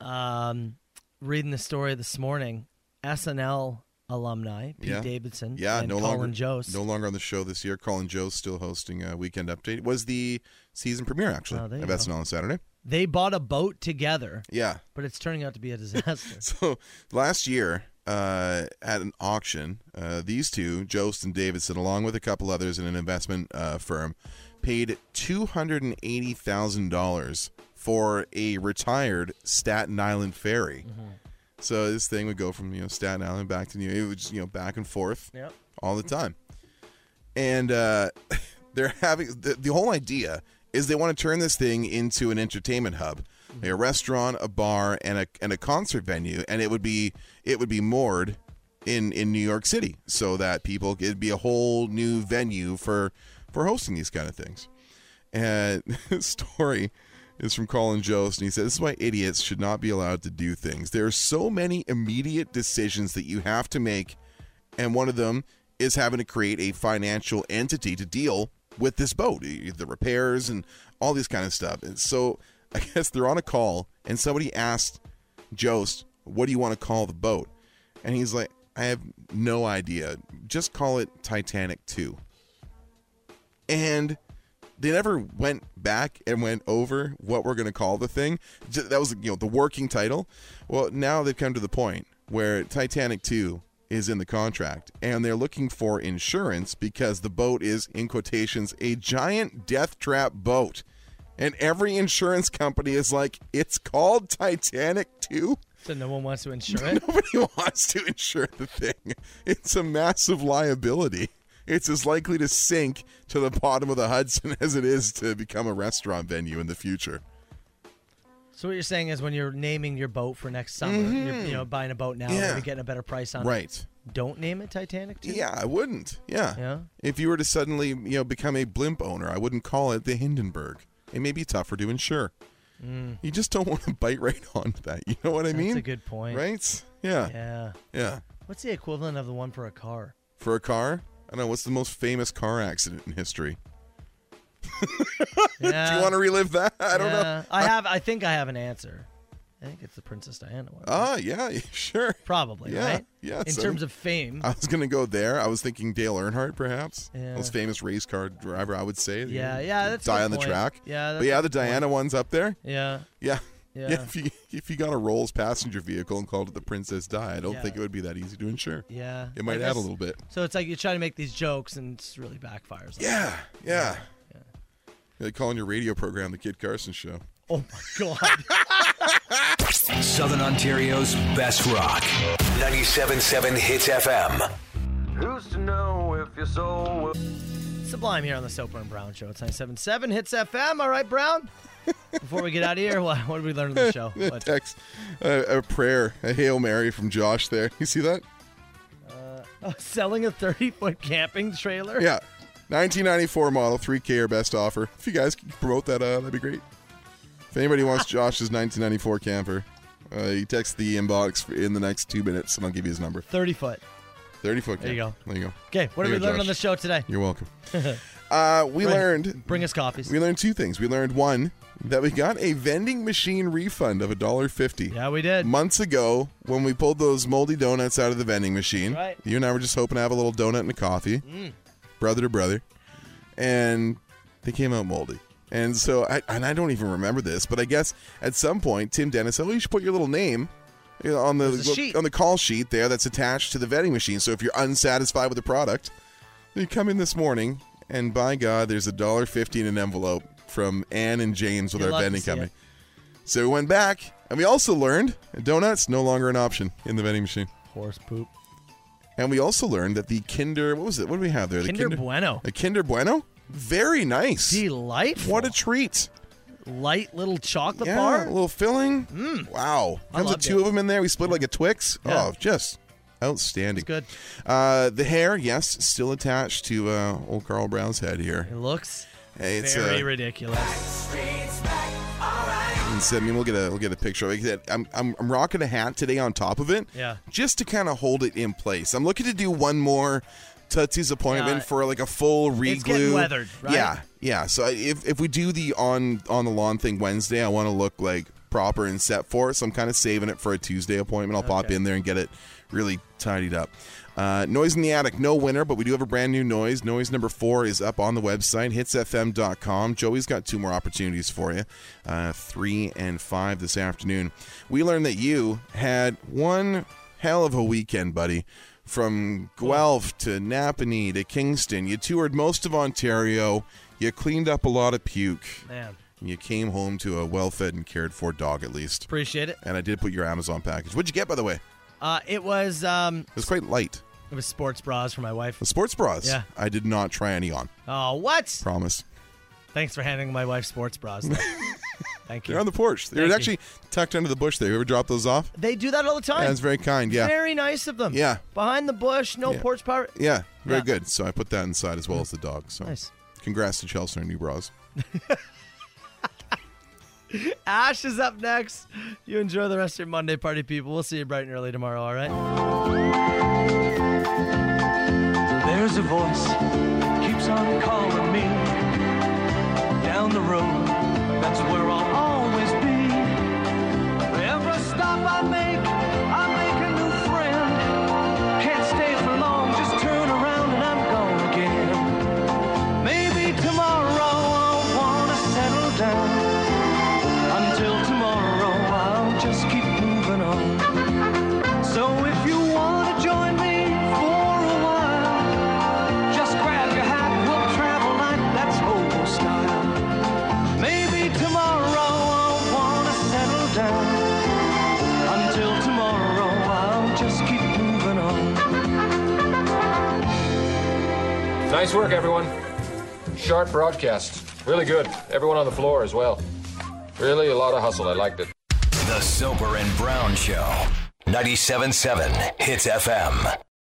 um, reading the story this morning, SNL alumni Pete Davidson,
yeah,
and
no
Colin
longer,
Jost.
no longer on the show this year. Colin Jost still hosting a weekend update. It was the season premiere actually
Oh, there you
of
go.
SNL on Saturday.
They bought a boat together,
Yeah,
but it's turning out to be a disaster.
so last year uh, at an auction, uh, these two, Jost and Davidson, along with a couple others in an investment uh, firm, paid two hundred and eighty thousand dollars for a retired Staten Island ferry.
Mm-hmm.
So this thing would go from you know Staten Island back to New York, it would just, you know back and forth
Yep.
all the time. And uh, they're having the, the whole idea is they want to turn this thing into an entertainment hub, like a restaurant, a bar, and a and a concert venue, and it would be it would be moored in in New York City, so that people it'd be a whole new venue for for hosting these kind of things. And this story is from Colin Jost, and he said, This is why idiots should not be allowed to do things. There are so many immediate decisions that you have to make, and one of them is having to create a financial entity to deal with this boat, e- the repairs and all this kind of stuff. And so I guess they're on a call, and somebody asked Jost, What do you want to call the boat? And he's like, I have no idea. Just call it Titanic 2 and they never went back and went over what we're going to call the thing. J- That was you know the working title. Well, now they've come to the point where Titanic 2 is in the contract and they're looking for insurance because the boat is in quotations a giant death trap boat. And every insurance company is like, it's called Titanic 2.
so no one wants to insure it.
Nobody wants to insure the thing. It's a massive liability. It's as likely to sink to the bottom of the Hudson as it is to become a restaurant venue in the future.
So what you're saying is when you're naming your boat for next summer, you're, you know, buying a boat now,
Mm-hmm. Yeah.
maybe getting a better price on it.
Right.
Don't name it Titanic. Too?
Yeah, I wouldn't. Yeah.
Yeah.
If you were to suddenly, you know, become a blimp owner, I wouldn't call it the Hindenburg. It may be tougher to insure.
Mm.
You just don't want to bite right onto that. You know what I mean?
That's a good point.
Right? Yeah.
Yeah.
Yeah.
What's the equivalent of the one for a car?
For a car? I don't know. What's the most famous car accident in history? Do
Yeah.
you want to relive that? I don't know.
Uh, Yeah. I have. I think I have an answer. I think it's the Princess Diana one.
Ah, yeah, sure.
Probably.
Yeah,
Right.
yeah,
In
so-
terms of fame.
I was gonna go there. I was thinking Dale Earnhardt, perhaps
Yeah.
most famous race car driver. I would say.
Yeah, yeah, that's a
die
good
on the
point.
track.
Yeah, that's
but
a
yeah, the
good point.
Diana one's up there.
yeah.
Yeah,
Yeah.
if you if you got a Rolls passenger vehicle and called it the Princess Di, I don't
Yeah.
think it would be that easy to insure.
Yeah.
It might
I
add
guess-
a little bit.
So it's like you try to make these jokes and it's really backfires.
Yeah. Yeah. Like calling your radio program the Kid Carson Show.
Oh my god.
Southern Ontario's best rock. 97.7 Hits FM.
Who's to know if your soul will. Sublime here on the Soper and Brown Show. It's 977 Hits FM. All right, Brown? Before we get out of here, what, what did we learn on the show?
A text, uh, a, a prayer, a Hail Mary from Josh there. You see that?
Oh, selling a 30 foot camping trailer?
Yeah. 1994 model, 3K or best offer. If you guys could promote that, uh, that'd be great. If anybody wants Josh's 1994 camper, uh, you text the inbox in the next two minutes and I'll give you his number.
30 foot.
30 foot.
There you
camper. There you go.
Okay, what did
There
we
you go,
learn on
Josh.
the show today?
You're welcome. Uh, we
Bring-
learned.
Bring us coffees.
We learned two things. We learned one that we got a vending machine refund of a dollar fifty. Yeah,
we did
months ago when we pulled those moldy donuts out of the vending machine.
Right.
You and I were just hoping to have a little donut and a coffee,
Mm.
brother to brother, and they came out moldy. And so, I, and I don't even remember this, but I guess at some point Tim Dennis, said, oh, you should put your little name. you know, on the
There's a sheet.
on the call sheet there that's attached to the vending machine. So if you're unsatisfied with the product, you come in this morning, and by God, there's a dollar fifty in an envelope from Ann and James with
You'd
our
love to
vending
see
company. So we went back, and we also learned donuts no longer an option in the vending machine.
Horse poop.
And we also learned that the Kinder, what was it? What do we have there? The
Kinder Bueno.
The Kinder Bueno, very nice,
delightful.
What a treat!
Light little chocolate
yeah,
bar. Mm.
a little filling. Wow,
I
comes with
loved
two
it.
of them in there. We split like a Twix.
Yeah.
Oh, just outstanding.
good.
Uh, the hair, yes, still attached to uh, old Carl Brown's head here.
It looks
Hey, it's,
very
uh,
ridiculous.
And so, I mean, we'll get a we'll get a picture. Like I said, I'm, I'm I'm rocking a hat today on top of it.
Yeah.
Just to kind of hold it in place. I'm looking to do one more Tootsie's appointment
Yeah.
for like a full re
It's getting weathered, right?
Yeah, yeah. So I- if if we do the on on the lawn thing Wednesday, I want to look like proper and set for it. So I'm kind of saving it for a Tuesday appointment. I'll pop
Okay.
in there and get it really tidied up. Uh, noise in the attic, no winner, but we do have a brand new noise. Noise number four is up on the website, hitsfm.com. Joey's got two more opportunities for you, uh, three and five this afternoon. We learned that you had one hell of a weekend, buddy. From Guelph to Napanee to Kingston, you toured most of Ontario. You cleaned up a lot of puke.
Man.
And you came home to a well-fed and cared-for dog, at least.
Appreciate it.
And I did put your Amazon package. What'd you get, by the way? It
Uh, it was um,
was quite light.
it was sports bras for my wife.
The sports bras.
Yeah.
I did not try any on.
Oh, what?
Promise.
Thanks for handing my wife sports bras. though. Thank you.
They're on the porch. They're
Thank you.
actually tucked under the bush there. Whoever dropped those off?
They do that all the time.
That's very kind. Yeah.
Very nice of them.
Yeah.
Behind the bush, no
Yeah.
porch power.
yeah. Very
Yeah.
good. So I put that inside as well as the dog. So
Nice.
Congrats to Chelsea on her new bras.
Ash is up next. You enjoy the rest of your Monday party, people. We'll see you bright and early tomorrow, all right?
There's a voice keeps on calling me down the road. That's where I'll always be. Every stop I make, I make a new friend. Can't stay for long, just turn around and I'm gone again. Maybe tomorrow I'll wanna settle down. Until tomorrow I'll just keep moving on. So if you wanna join me for a while. Just grab your hat, we'll travel like that's old style. Maybe tomorrow I'll wanna settle down. Until tomorrow I'll just keep moving on.
Nice work, everyone. Sharp broadcast. Really good. Everyone on the floor as well. Really a lot of hustle. I liked it.
The Soper and Brown Show. 97.7 Hits FM.